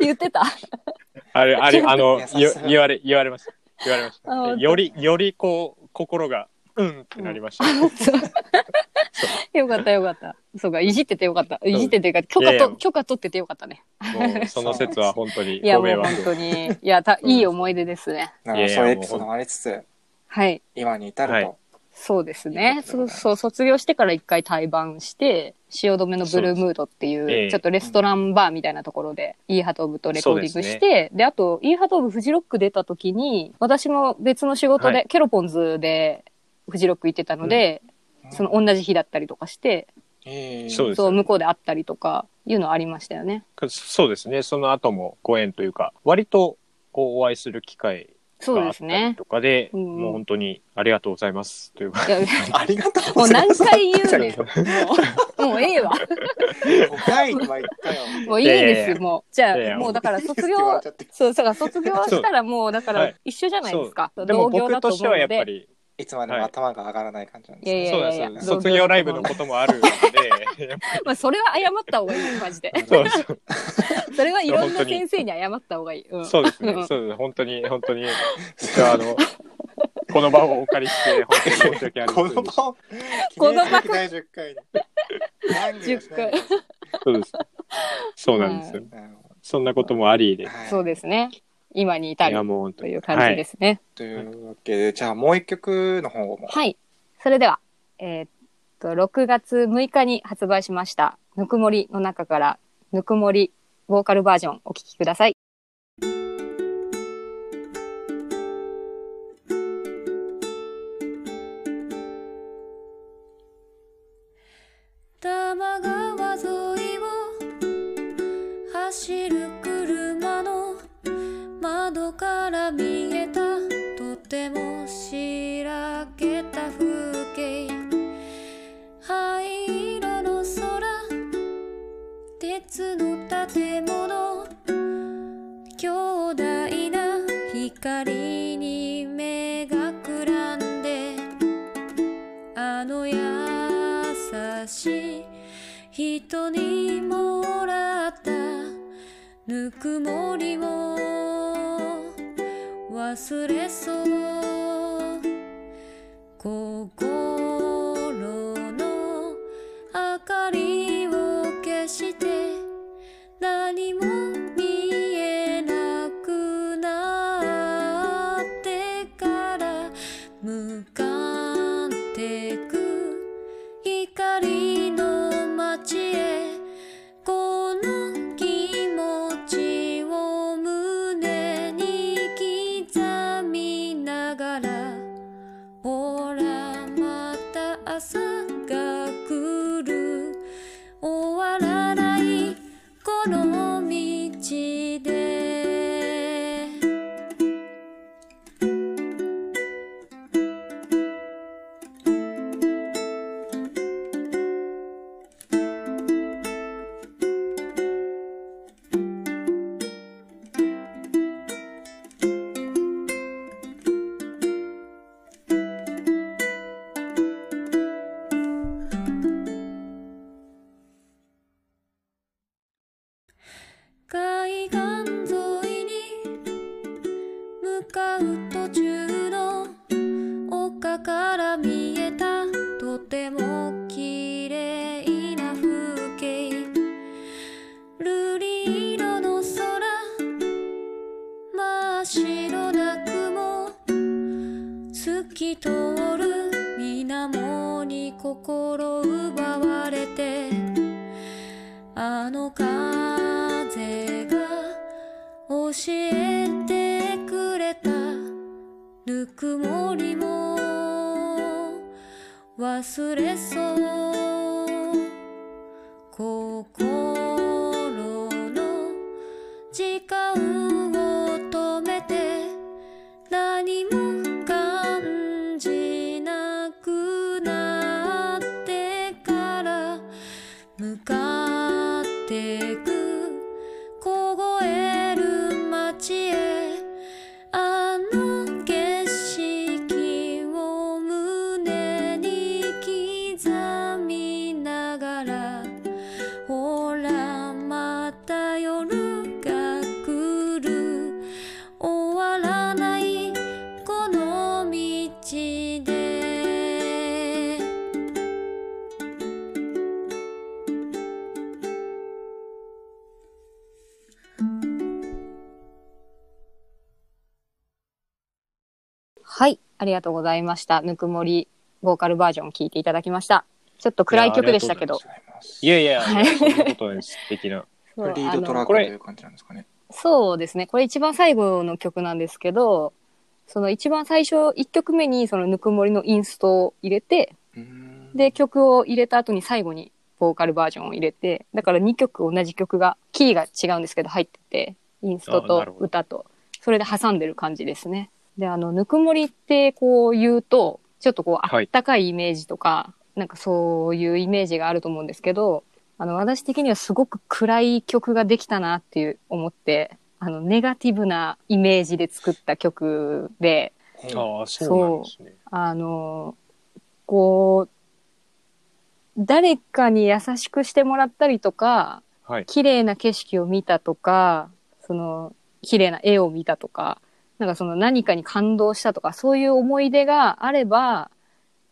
Speaker 5: 言ってた
Speaker 4: あれ、あ れ、あの、
Speaker 3: いや
Speaker 4: よ
Speaker 3: さすが
Speaker 4: 言われ、言われました。言われまし
Speaker 5: あ本
Speaker 4: た。
Speaker 5: 当
Speaker 4: より、よりこう、心が、うんってなりました。
Speaker 5: よかったよかった。そうか、いじっててよかった。いじっててか、許
Speaker 4: い
Speaker 5: 可
Speaker 4: やいや
Speaker 5: と、許可取っててよかったね。
Speaker 4: もう、その説は本当に
Speaker 5: いや、
Speaker 4: ご
Speaker 5: も
Speaker 4: 迷
Speaker 5: う
Speaker 4: 惑
Speaker 5: 本当に、いや、た、いい思い出ですね。
Speaker 3: ない
Speaker 4: や
Speaker 3: る
Speaker 4: い
Speaker 3: ほどそう
Speaker 4: や
Speaker 3: いうエピソードもありつつ
Speaker 5: はい。
Speaker 3: 今に至ると、
Speaker 4: はい
Speaker 5: そうです
Speaker 3: いい
Speaker 5: ね。
Speaker 3: こと
Speaker 5: そ
Speaker 3: だ
Speaker 5: う、
Speaker 3: ね
Speaker 5: そう、卒業してから一回対バンして、汐留のブルームードっていう、
Speaker 4: そうですええ
Speaker 5: ちょっとレストランバーみたいなところで、イーハトーブとレコーディン
Speaker 4: そう
Speaker 5: グ
Speaker 4: ですね
Speaker 5: して、であと、イーハトーブフジロック出た時に、私も別の仕事で、
Speaker 4: はい
Speaker 5: ケロポンズでフジロック行ってたので、
Speaker 3: うん
Speaker 5: その同じ日だったりとかして、
Speaker 3: ええ
Speaker 4: そうです
Speaker 5: そう、
Speaker 4: よね
Speaker 5: 向こうで会ったりとか、いうのありましたよね。
Speaker 4: そうですね。その後もご縁というか、割とこうお会いする機会
Speaker 5: そう
Speaker 4: があ
Speaker 5: で
Speaker 4: っ
Speaker 5: す
Speaker 4: たり
Speaker 5: ね。
Speaker 4: とかで、
Speaker 5: うん
Speaker 4: もう本当にありがとうございますというか、
Speaker 5: いや
Speaker 3: ありがとう
Speaker 5: も
Speaker 3: ご
Speaker 5: う
Speaker 3: ざい
Speaker 5: 何
Speaker 3: ます。
Speaker 5: 回言うねん。もう、もうええわ。
Speaker 3: もう第一話言ったよ。
Speaker 5: もういい
Speaker 4: いやいや
Speaker 5: で
Speaker 4: いや
Speaker 5: す、もう。じゃ
Speaker 4: いやいや
Speaker 5: あ、もうだから卒
Speaker 3: いいですって言われ
Speaker 5: 業
Speaker 3: ちゃって
Speaker 5: そう、だから卒業したらもう、だか
Speaker 4: は
Speaker 5: ら
Speaker 4: い
Speaker 5: 一緒じゃないですか。
Speaker 4: そうでも
Speaker 5: 同業
Speaker 4: 僕
Speaker 5: だ
Speaker 4: と
Speaker 5: と
Speaker 4: し
Speaker 5: 思
Speaker 4: て
Speaker 5: う
Speaker 4: はや
Speaker 5: の
Speaker 4: っぱ
Speaker 5: で。
Speaker 4: り、
Speaker 3: いつまでも頭が上がらない感じなんです
Speaker 5: い
Speaker 3: ね。
Speaker 5: や
Speaker 4: そう
Speaker 5: いやい
Speaker 4: な
Speaker 5: や
Speaker 4: んです
Speaker 5: ど
Speaker 4: よ
Speaker 5: うぞ
Speaker 4: 卒業ライブのこともあるので、
Speaker 5: まあ、それは謝った方がいい、マ ジで。
Speaker 4: そうそう
Speaker 5: それはいろん
Speaker 4: 本
Speaker 5: な
Speaker 4: 当に
Speaker 5: 先生に謝った方がいい。うん。
Speaker 4: そうですね、そうです本当に、本当に、僕はあの、この場をお借りして、本当に申し訳あり
Speaker 3: こ
Speaker 4: ませ
Speaker 3: の
Speaker 4: んでし
Speaker 3: 場を
Speaker 5: この場
Speaker 3: 記念すべき第10回に。懺悔をしないでくださ
Speaker 4: た そうです。そうなんですよ、
Speaker 3: いなるほ
Speaker 4: そんなこともありで
Speaker 3: ど。。はい
Speaker 5: そうですね。今に至
Speaker 4: いや
Speaker 5: る
Speaker 4: もう本当
Speaker 5: と
Speaker 4: に
Speaker 5: いう感じですね。
Speaker 3: というわけで、じゃあもう一曲の方も。
Speaker 5: はい。それでは、えーっと、6月6日に発売しました、ぬくもりの中から、ぬくもりボーカルバージョンお聴きください。
Speaker 2: 多摩川沿いを走る車の窓から見えたとてもしらけた風景灰色の空鉄の建物強大な光に目がくらんであの優しい人にもらったぬくもりを忘れそう心の明かりを消して何も見えなくなってから向かってく光の街へこの気持ちを胸に刻みながらほらまた朝が来る終わらないこの道で海岸沿いに向かう途中の丘から見えたとても綺麗な風景瑠璃色の空真っ白な雲透き通る水面に心奪われてあの風が教えてくれたぬくもりも忘れそう心の時間を止めて何も感じなくなってから向かってく凍える街へあの景色を胸に刻みながらほらまた夜が来る終わらないこの道で
Speaker 5: はい。ありがとうございました。ぬくもりボーカルバージョン聴いていただきました。ちょっと暗い曲でしたけど。
Speaker 4: いやいや、
Speaker 5: はい
Speaker 4: そんなことないです。素敵な。
Speaker 5: そう
Speaker 3: リードトラッ
Speaker 5: あの
Speaker 3: クという感じなんですかね。
Speaker 5: そうですね。これ一番最後の曲なんですけど、その一番最初、一曲目にそのぬくもりのインストを入れて、
Speaker 3: うーん
Speaker 5: で曲を入れた後に最後にボーカルバージョンを入れてだから2曲同じ曲がキーが違うんですけど入っててインスト
Speaker 4: あなる
Speaker 5: と
Speaker 4: ほど
Speaker 5: 歌とそれで挟んでる感じですね。であのぬくもりってこう言うとちょっとこうあ
Speaker 4: はい
Speaker 5: ったかいイメージとか、なんかそういうイメージがあると思うんですけどあの私的にはすごく暗い曲ができたなっていう思ってあのネガティブなイメージで作った曲で
Speaker 3: うん
Speaker 4: ああ、そうなんですね。
Speaker 5: あの、こう、誰かに優しくしてもらったりとか、
Speaker 4: はい。
Speaker 5: 綺麗な景色を見たとか、その、綺麗な絵を見たとか、なんかその何かに感動したとか、そういう思い出があれば、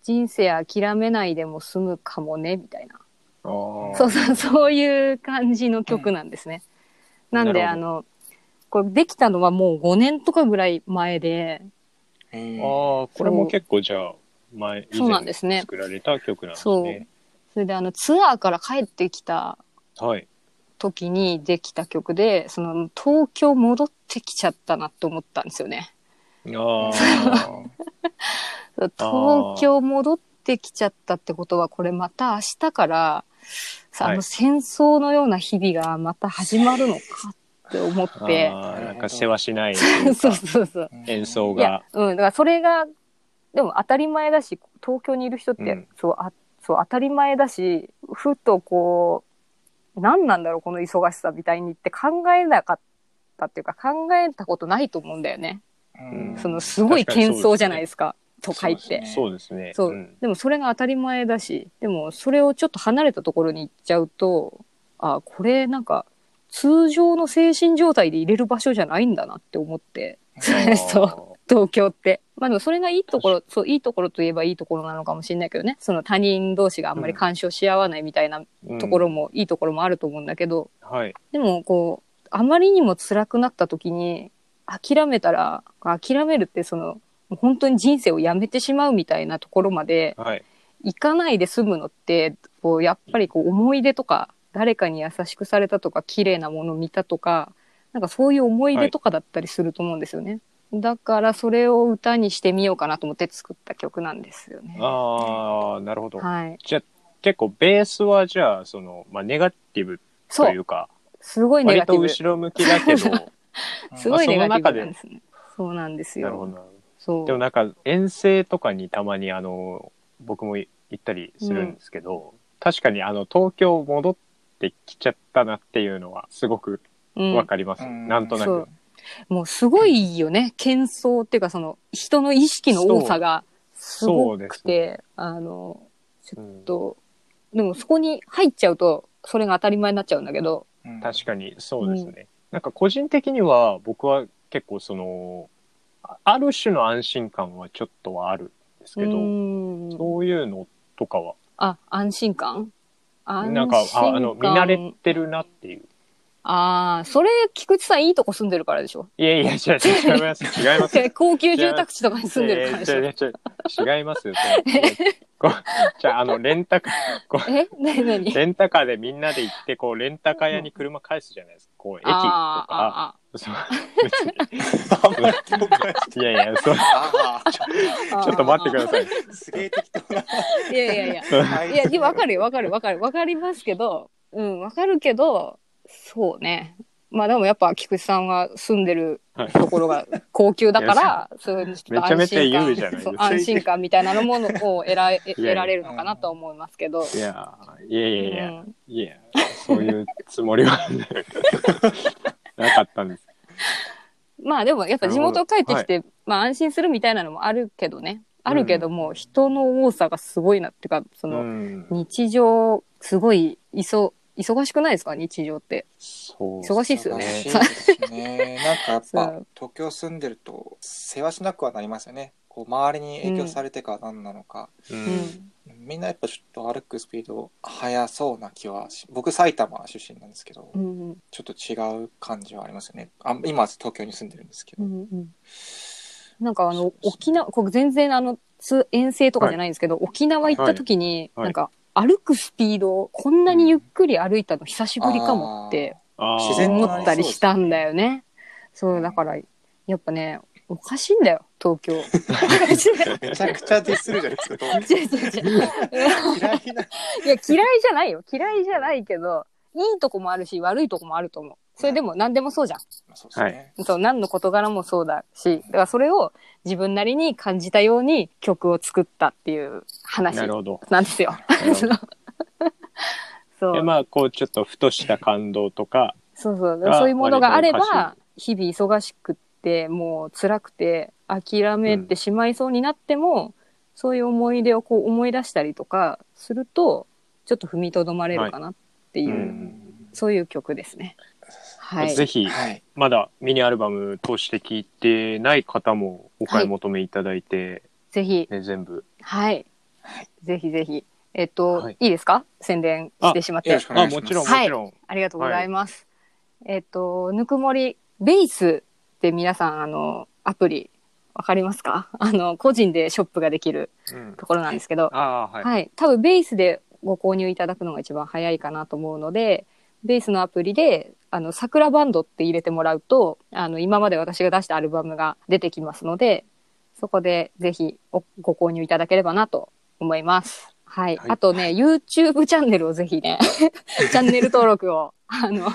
Speaker 5: 人生諦めないでも済むかもね、みたいな。
Speaker 4: ああ。
Speaker 5: そうそう、そういう感じの曲なんですね。
Speaker 4: うん
Speaker 5: なんで、
Speaker 4: な
Speaker 5: あ
Speaker 4: る
Speaker 5: の、これできたのはもう5年とかぐらい前で、
Speaker 3: うん
Speaker 4: ああ、これも結構じゃあ、前、以
Speaker 5: そうなん
Speaker 4: 前
Speaker 5: ですね
Speaker 4: 作られた曲なんですね。
Speaker 5: それであのツアーから帰ってきた
Speaker 4: はい。
Speaker 5: 時にできた曲でその東京戻ってきちゃったなって思ったんですよね
Speaker 4: ああ。
Speaker 5: 東京戻ってきちゃったってことはこれまた明日からさあ
Speaker 4: は
Speaker 5: の
Speaker 4: い
Speaker 5: 戦争のような日々がまた始まるのかって思っ
Speaker 4: あ
Speaker 5: て、
Speaker 4: あ、なんか世話しないという
Speaker 5: そう
Speaker 4: か
Speaker 5: そうそう
Speaker 4: 演奏
Speaker 5: いや
Speaker 4: が。
Speaker 5: うんだからそれがでも当たり前だし東京にいる人って、
Speaker 4: うん
Speaker 5: そうあそう当たり前だしふとこう何なんだろうこの忙しさみたいにって考えなかったっていうか考えたことないと思うんだよね、
Speaker 3: うん
Speaker 5: そのすごい
Speaker 4: 確かにそうですね
Speaker 5: 喧騒じゃないですか都会っ
Speaker 3: そうです
Speaker 5: て
Speaker 3: ね
Speaker 4: そうですね。
Speaker 5: そう、
Speaker 4: ん
Speaker 5: でもそれが当たり前だしでもそれをちょっと離れたところに行っちゃうとあこれなんか通常の精神状態で入れる場所じゃないんだなって思って
Speaker 4: ああ
Speaker 5: そう東京って。まあでもそれがいいところ、そう、いいところといえばいいところなのかもしれないけどね。その他人同士があんまり干渉し合わないみたいな
Speaker 4: うん
Speaker 5: ところも、いいところもあると思うんだけど、
Speaker 4: はい。
Speaker 5: でもこう、あまりにも辛くなった時に、諦めたら、諦めるってその、もう本当に人生をやめてしまうみたいなところまで
Speaker 4: はい。
Speaker 5: 行かないで済むのって、こう、やっぱりこう思い出とか、誰かに優しくされたとか、綺麗なもの見たとか、なんかそういう思い出とかだったりすると思うんですよね。だからそれを歌にしてみようかなと思って作った曲なんですよね。
Speaker 4: ああ、なるほど。
Speaker 5: はい。
Speaker 4: 結構ベースはじゃあ、その、まあ、ネガティブ
Speaker 5: そ。
Speaker 4: といううか、
Speaker 5: すごいネ
Speaker 4: 割
Speaker 5: ガテ
Speaker 4: と
Speaker 5: ィブ。
Speaker 4: 後ろ向きだ けど、
Speaker 5: すごいネガティ
Speaker 4: あその中
Speaker 5: ブ
Speaker 4: で
Speaker 5: なんですね。そうなんです
Speaker 4: なるほど
Speaker 5: よ。
Speaker 4: なるほど。
Speaker 5: そう
Speaker 4: でも。なんか遠征とかにたまにあの僕も行ったりするんですけど、確かにあの東京戻ってきちゃったなっていうのはすごく
Speaker 5: うん
Speaker 4: わかります、
Speaker 3: うん
Speaker 4: なんとな
Speaker 5: そ
Speaker 4: く
Speaker 5: う。もうすごいよね。喧騒っていうかその人の意識の多さがすご
Speaker 4: そうで
Speaker 5: く
Speaker 4: す
Speaker 5: て、あの、ちょ
Speaker 4: うん
Speaker 5: っと、でもそこに入っちゃうとそれが当たり前になっちゃうんだけど、
Speaker 4: 確かにそうですね、なんか個人的には僕は結構そのあある種の安心感はちょっとはあるんですけど、
Speaker 5: うん
Speaker 4: そういうのとかは
Speaker 5: あ、安心感安心感
Speaker 4: なんかああの見慣れてるなっていう
Speaker 5: ああ、それ、菊池さんいいとこ住んでるからでしょ。
Speaker 4: いやいや違う違う違います違 います
Speaker 5: 高級住宅地とかに住んでるからでしょ。
Speaker 4: いやいや違う違う違う違いますよ。それこうじゃあ、あの、レンタカー、 こう
Speaker 5: え何何
Speaker 4: レンタカーでみんなで行って、こう、レンタカー屋に車返すじゃないですか。こう、駅とか。
Speaker 5: あ
Speaker 4: そう別にいやいや、そう、ち
Speaker 3: ああ
Speaker 5: ーあーあー。
Speaker 4: ょっと待ってください。
Speaker 3: すげえ適当ない
Speaker 5: いやいやいや。
Speaker 3: はい
Speaker 5: いや、でもわかるよ、わかる、わかる。わかりますけど、うん、わかるけど、そうね。まあでもやっぱ菊池さんは住んでる
Speaker 4: はい
Speaker 5: ところが高級だから、そういうちょっと安
Speaker 4: めちゃめ
Speaker 5: 心
Speaker 4: ちゃ言
Speaker 5: 感
Speaker 4: うじゃないですか
Speaker 5: そう安心感みたいなものを得ら得
Speaker 4: や
Speaker 5: られるのかなとは思いますけど。
Speaker 4: いや、いやいやいや、
Speaker 5: うん
Speaker 4: いや、そういうつもりはなかったんです。
Speaker 5: まあでもやっぱ地元帰ってきて、まあ安心するみたいなのもあるけどね。あるけども、人の多さがすごいなっていうか、そうの、
Speaker 4: ん。
Speaker 5: 日常、すごい、いそ、忙しくないですか日常って。
Speaker 4: そう。
Speaker 5: 忙しいですよね
Speaker 3: 忙しいです ねなんかやっ
Speaker 5: そ
Speaker 3: ぱ
Speaker 5: う
Speaker 3: 東京住んでると世話しなくはなりますよねこう周りに影響されてか何なのか、
Speaker 4: う。
Speaker 5: うんん。
Speaker 3: みんなやっぱちょっと歩くスピード速そうな気はし僕埼玉出身なんですけど、
Speaker 5: うん。
Speaker 3: ちょっと違う感じはありますよねあ今は東京に住んでるんですけ
Speaker 5: う
Speaker 3: ど、
Speaker 5: ん。うん。なんかあ
Speaker 3: そう
Speaker 5: の、
Speaker 3: ですね
Speaker 5: 沖縄、これ全然あの、つ遠征とかじゃないんですけど、沖縄行った時に、
Speaker 4: はい
Speaker 5: なんか、歩くスピード、こんなにゆっくり歩いたの久しぶりかもって
Speaker 4: あー
Speaker 3: 自然と
Speaker 5: 思
Speaker 3: なり
Speaker 5: っ
Speaker 3: そう
Speaker 5: たりしたんだよね。そう、だから、やっぱね、おかしいんだよ、東 京。
Speaker 3: めちゃくちゃディスるじゃないです か。
Speaker 5: 違う違う違う
Speaker 3: 嫌いな。
Speaker 5: いや、嫌いじゃないよ。嫌いじゃないけど、いいとこもあるし、悪いとこもあると思う。それでも何でもそうじゃ
Speaker 3: そうですね。
Speaker 5: ん。そう、何の事柄もそうだし、だからそれを自分なりに感じたように曲を作ったっていう話
Speaker 4: なるほ ど。
Speaker 5: なんですよ。そう
Speaker 4: で、まあ、こう、ちょっとふとした感動とか、
Speaker 5: そうそう
Speaker 4: が
Speaker 5: そういうものがあれば
Speaker 4: 割
Speaker 5: 日々忙しくってもう辛くて諦めてしまいそうになっても、そういう思い出をこう思い出したりとかするとちょっと踏みとどまれるかなっていう、
Speaker 4: は
Speaker 3: う
Speaker 4: い
Speaker 3: ん
Speaker 5: そういう曲ですね。はい、
Speaker 4: ぜひ、
Speaker 3: はい。
Speaker 4: まだミニアルバム通して聞いてない方もお買い求めいただいて、
Speaker 5: ぜひ、
Speaker 4: ね、全部。
Speaker 5: はい、ぜひぜひ、えっと、
Speaker 4: はい
Speaker 5: い、いですか宣伝してしまって
Speaker 3: よ
Speaker 5: あ
Speaker 3: ろしくお
Speaker 4: あ、
Speaker 3: 願いし
Speaker 4: も
Speaker 3: ます。
Speaker 4: ちろん、も
Speaker 5: はい
Speaker 4: ちろん。
Speaker 5: りがとうございます。えっとぬくもりベースって皆さんあのアプリわかりますかあの個人でショップができる
Speaker 4: うん、
Speaker 5: ところなんですけど、
Speaker 4: ああ、はい。
Speaker 5: はい、多分ベースでご購入いただくのが一番早いかなと思うので、ベースのアプリで、あの、桜バンドって入れてもらうと、あの、今まで私が出したアルバムが出てきますので、そこでぜひおご購入いただければなと思います。はい。
Speaker 4: はい
Speaker 5: あとね、YouTube チャンネルをぜ ひね、チャンネル登録を、あの、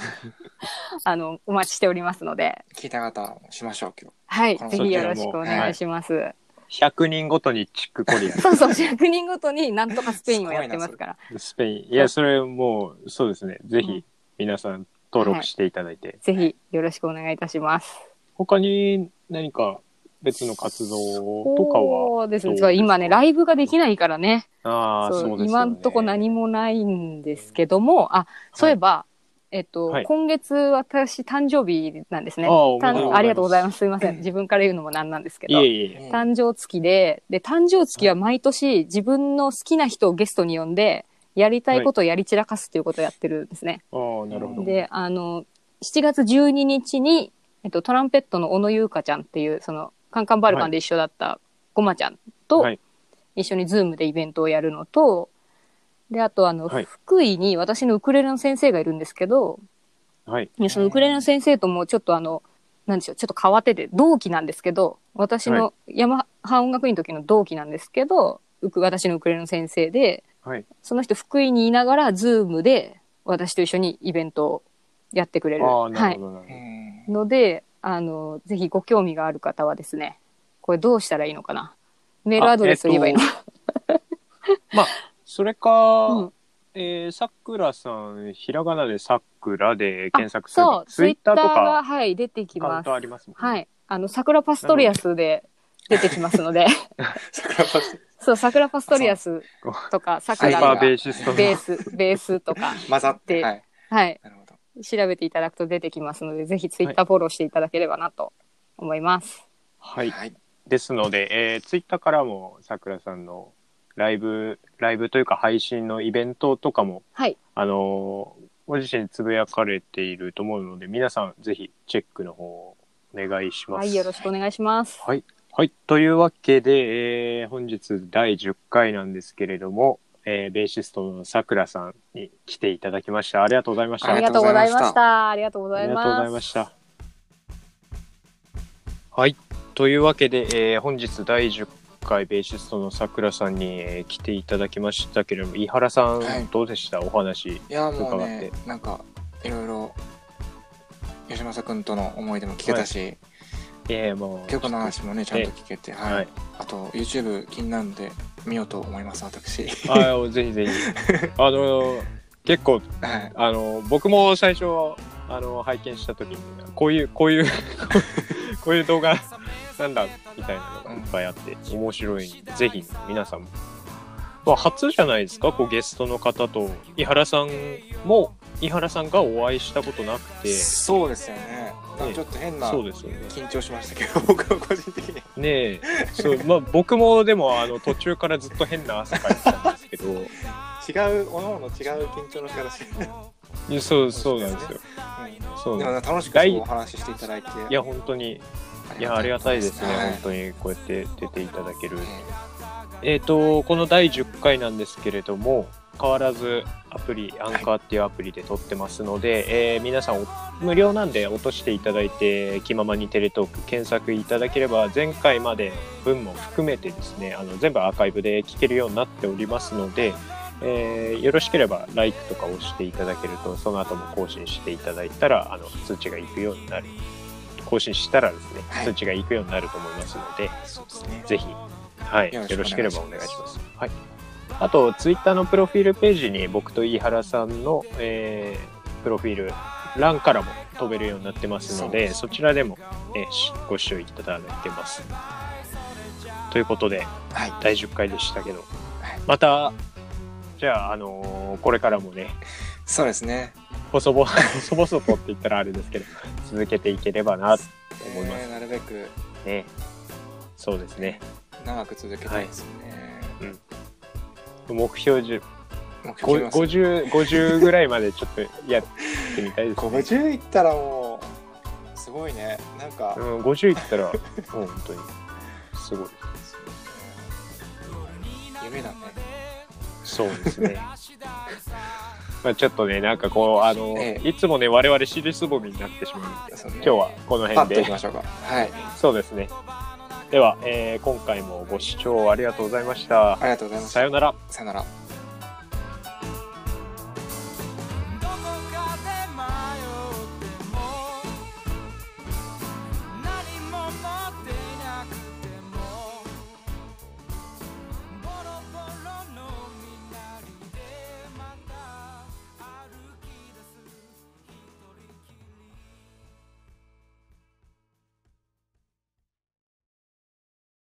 Speaker 5: あの、お待ちしておりますので、
Speaker 3: 聞いた方しましょう、今
Speaker 5: はい。
Speaker 3: そ
Speaker 5: ぜひよろしくお願いします。
Speaker 4: 100人ごとにチックコリア
Speaker 5: そうそう、100人 ごとになんとかスペインをやってますから。
Speaker 4: ン、スペイン。いや、それもう、そうですね。ぜひ、皆さん登録していただいて。
Speaker 5: ぜひよろしくお願いいたします。
Speaker 4: 他に何か別の活動とかは
Speaker 5: そうです
Speaker 4: どう
Speaker 5: ね。
Speaker 4: です
Speaker 5: そ
Speaker 4: か
Speaker 5: う今ね、ライブができないからね。
Speaker 4: ああ、そう
Speaker 5: そう
Speaker 4: ですよね。
Speaker 5: 今んとこ何もないんですけども、あ、そういえば、えっと、
Speaker 4: はい
Speaker 5: 今月私誕生日なんですね。
Speaker 4: ああおめでとうございます
Speaker 5: 誕ありがとうございます。すいません。自分から言うのもなんなんですけ
Speaker 4: い
Speaker 5: ど。
Speaker 4: えいえ。
Speaker 3: 日。
Speaker 5: 誕生月で、で、誕生月は毎年自分の好きな人をゲストに呼んで、やりたいことをやり散らかすっていうことをやってるんですね。
Speaker 4: ああ、なるほど。
Speaker 5: で、あの、7月12日に、えっと、トランペットの小野優香ちゃんっていう、その、カンカンバルカンで一緒だったごまちゃんと
Speaker 4: はい、
Speaker 5: 一緒にズームでイベントをやるのと、で、あと、あの、
Speaker 4: はい
Speaker 5: 福井に私のウクレレの先生がいるんですけど、
Speaker 4: はい。
Speaker 5: いやそのウクレレの先生ともちょっとあの、なんでしょう、ちょっと変わってて、同期なんですけど、私
Speaker 4: は
Speaker 5: の山ハ音楽院の時の同期なんですけど、ウク私のウクレレの先生で、
Speaker 4: はい。
Speaker 5: その人福井にいながら、ズームで私と一緒にイベントをやってくれる。
Speaker 4: ああ、な
Speaker 5: は
Speaker 4: る
Speaker 5: い
Speaker 4: ほ。ど、なるほど。
Speaker 3: うん
Speaker 5: ので、あの、ぜひご興味がある方はですね、これどうしたらいいのかなメールアドレスを言えばいいの、
Speaker 4: あえっ とまあ、それか、
Speaker 5: うん
Speaker 4: えー、さくらさん、ひらがなでさくらで検索すれ
Speaker 5: そ
Speaker 4: ば
Speaker 5: う、、ツ
Speaker 4: ツ
Speaker 5: イ
Speaker 4: イ
Speaker 5: ッ
Speaker 4: ッ
Speaker 5: タ
Speaker 4: タ
Speaker 5: ー
Speaker 4: ーと
Speaker 5: が、
Speaker 4: か、
Speaker 5: はい、出てき
Speaker 4: アカウ
Speaker 5: ま
Speaker 4: ン
Speaker 5: す
Speaker 4: ト。ありますもんね。
Speaker 5: はい。あの、桜パストリアスで出てきますので、
Speaker 3: 桜パス
Speaker 5: そう、桜パストリアスとか、
Speaker 4: ハイ
Speaker 5: 桜
Speaker 4: パ
Speaker 5: の
Speaker 4: ーベーシストの。
Speaker 5: ベース、ベースとか、
Speaker 3: 混ざって。
Speaker 5: で
Speaker 3: はい。
Speaker 5: はい、
Speaker 3: なるほど。
Speaker 5: 調べていただくと出てきますので、ぜひツイッターフォローしていただければなと思います。
Speaker 4: はい。
Speaker 3: はい。
Speaker 4: ですので、えー、ツイッターからもさくらさんのライブ、ライブというか配信のイベントとかも、
Speaker 5: はい。
Speaker 4: あのーご自身つぶやかれていると思うので、皆さんぜひチェックの方をお願いします。
Speaker 5: はい、よろしくお願いします。
Speaker 4: はいはい。というわけで、えー本日第10回なんですけれども、えーベーシストのさくらさんに来ていただきました。ありがとうございました。
Speaker 5: ありがとうございました。ありがとうございます。
Speaker 4: た。はい。というわけで、えー本日第10回ベーシストのさくらさんに、えー来ていただきましたけれども、井原さん、
Speaker 3: はい
Speaker 4: どうでしたお話。
Speaker 3: いや、もう
Speaker 4: 伺
Speaker 3: ね
Speaker 4: っ、
Speaker 3: なんか、いろいろ、吉正くんとの思い出も聞けたし、
Speaker 4: えー、もう。
Speaker 3: 曲の話もね、ちゃんと聞けて、
Speaker 4: は
Speaker 3: はいい。。あと、YouTube 気になるので、見ようと思います、私。
Speaker 4: あーぜひぜひ。あの、結構、
Speaker 3: はい。
Speaker 4: あの、僕も最初、あの、拝見した時に、こういう、こういう、 こういう動画、なんだ、みたいなのがいっぱいあって、面白いんで、ぜひ、皆さんも。まあ、初じゃないですか、こう、ゲストの方と、井原さんも、井原さんがお会いしたことなくて、そ
Speaker 3: そうですよね。なん
Speaker 4: ね
Speaker 3: かちょっと変な
Speaker 4: うですよね。
Speaker 3: 緊張しましたけど、 僕は個人的に。
Speaker 4: ねえ、そう、まあ、僕も、でも、あの、途中からずっと変な汗かいてたんですけど、
Speaker 3: 違う、おのの違う緊張の仕方 してる。
Speaker 4: そう、そうなんですよ。そう
Speaker 3: で
Speaker 4: な
Speaker 3: も
Speaker 4: んです
Speaker 3: ね楽しくそうお話ししていただいて。
Speaker 4: いや、本当に、いや、ありがたいですね。
Speaker 3: はい
Speaker 4: 本当に、こうやって出ていただける。えっ、と、この第10回なんですけれども、変わらずアプリ、アンカーっていうアプリで撮ってますので、えー皆さんお無料なんで落としていただいて、気ままにテレトーク検索いただければ、前回まで分も含めてですね、あの全部アーカイブで聞けるようになっておりますので、えーよろしければ LIKE とか押していただけると、その後も更新していただいたら、あの通知が行くようになる。更新したらですね、
Speaker 3: はい
Speaker 4: 通知が行くようになると思いますので、
Speaker 3: そうですね。
Speaker 4: ぜひ、はい、
Speaker 3: よ
Speaker 4: よ
Speaker 3: ろしくお願いします
Speaker 4: ろしければお願いします。はい、あと、ツイッターのプロフィールページに僕と飯原さんの、えープロフィール欄からも飛べるようになってますので、そちらでも、えーしご視聴いただいてます。ということで、
Speaker 3: はい。
Speaker 4: 第10回でしたけど、また、じゃあ、あのーこれからもね、
Speaker 3: そうですね。
Speaker 4: 細々、細々とって言ったらあれですけど、続けていければなと思いま
Speaker 3: えー
Speaker 4: す
Speaker 3: なるべく
Speaker 4: ね。そうですね。
Speaker 3: 長く続けたいですよね。
Speaker 4: 目標じゅ
Speaker 3: もう
Speaker 4: ご
Speaker 3: 決めます
Speaker 4: 50 50ぐらいまでちょっとやってみたいです、ね。
Speaker 3: 50いったらもうすごいねなんか、
Speaker 4: うん、50いったら、もう本当に、すごい。
Speaker 3: 夢だね
Speaker 4: そうで すね。まあちょっとね、なんかこう、あの、
Speaker 3: え
Speaker 4: いつもね、我々尻すぼみになってしまうんで、
Speaker 3: そうね
Speaker 4: 今日はこの
Speaker 3: パ
Speaker 4: 辺
Speaker 3: ッとい
Speaker 4: で
Speaker 3: き。ましょうかはい
Speaker 4: そうですね。では、えー今回もご視聴ありがとうございました。
Speaker 3: ありがとうございまし
Speaker 4: さようなら。
Speaker 3: たさよなら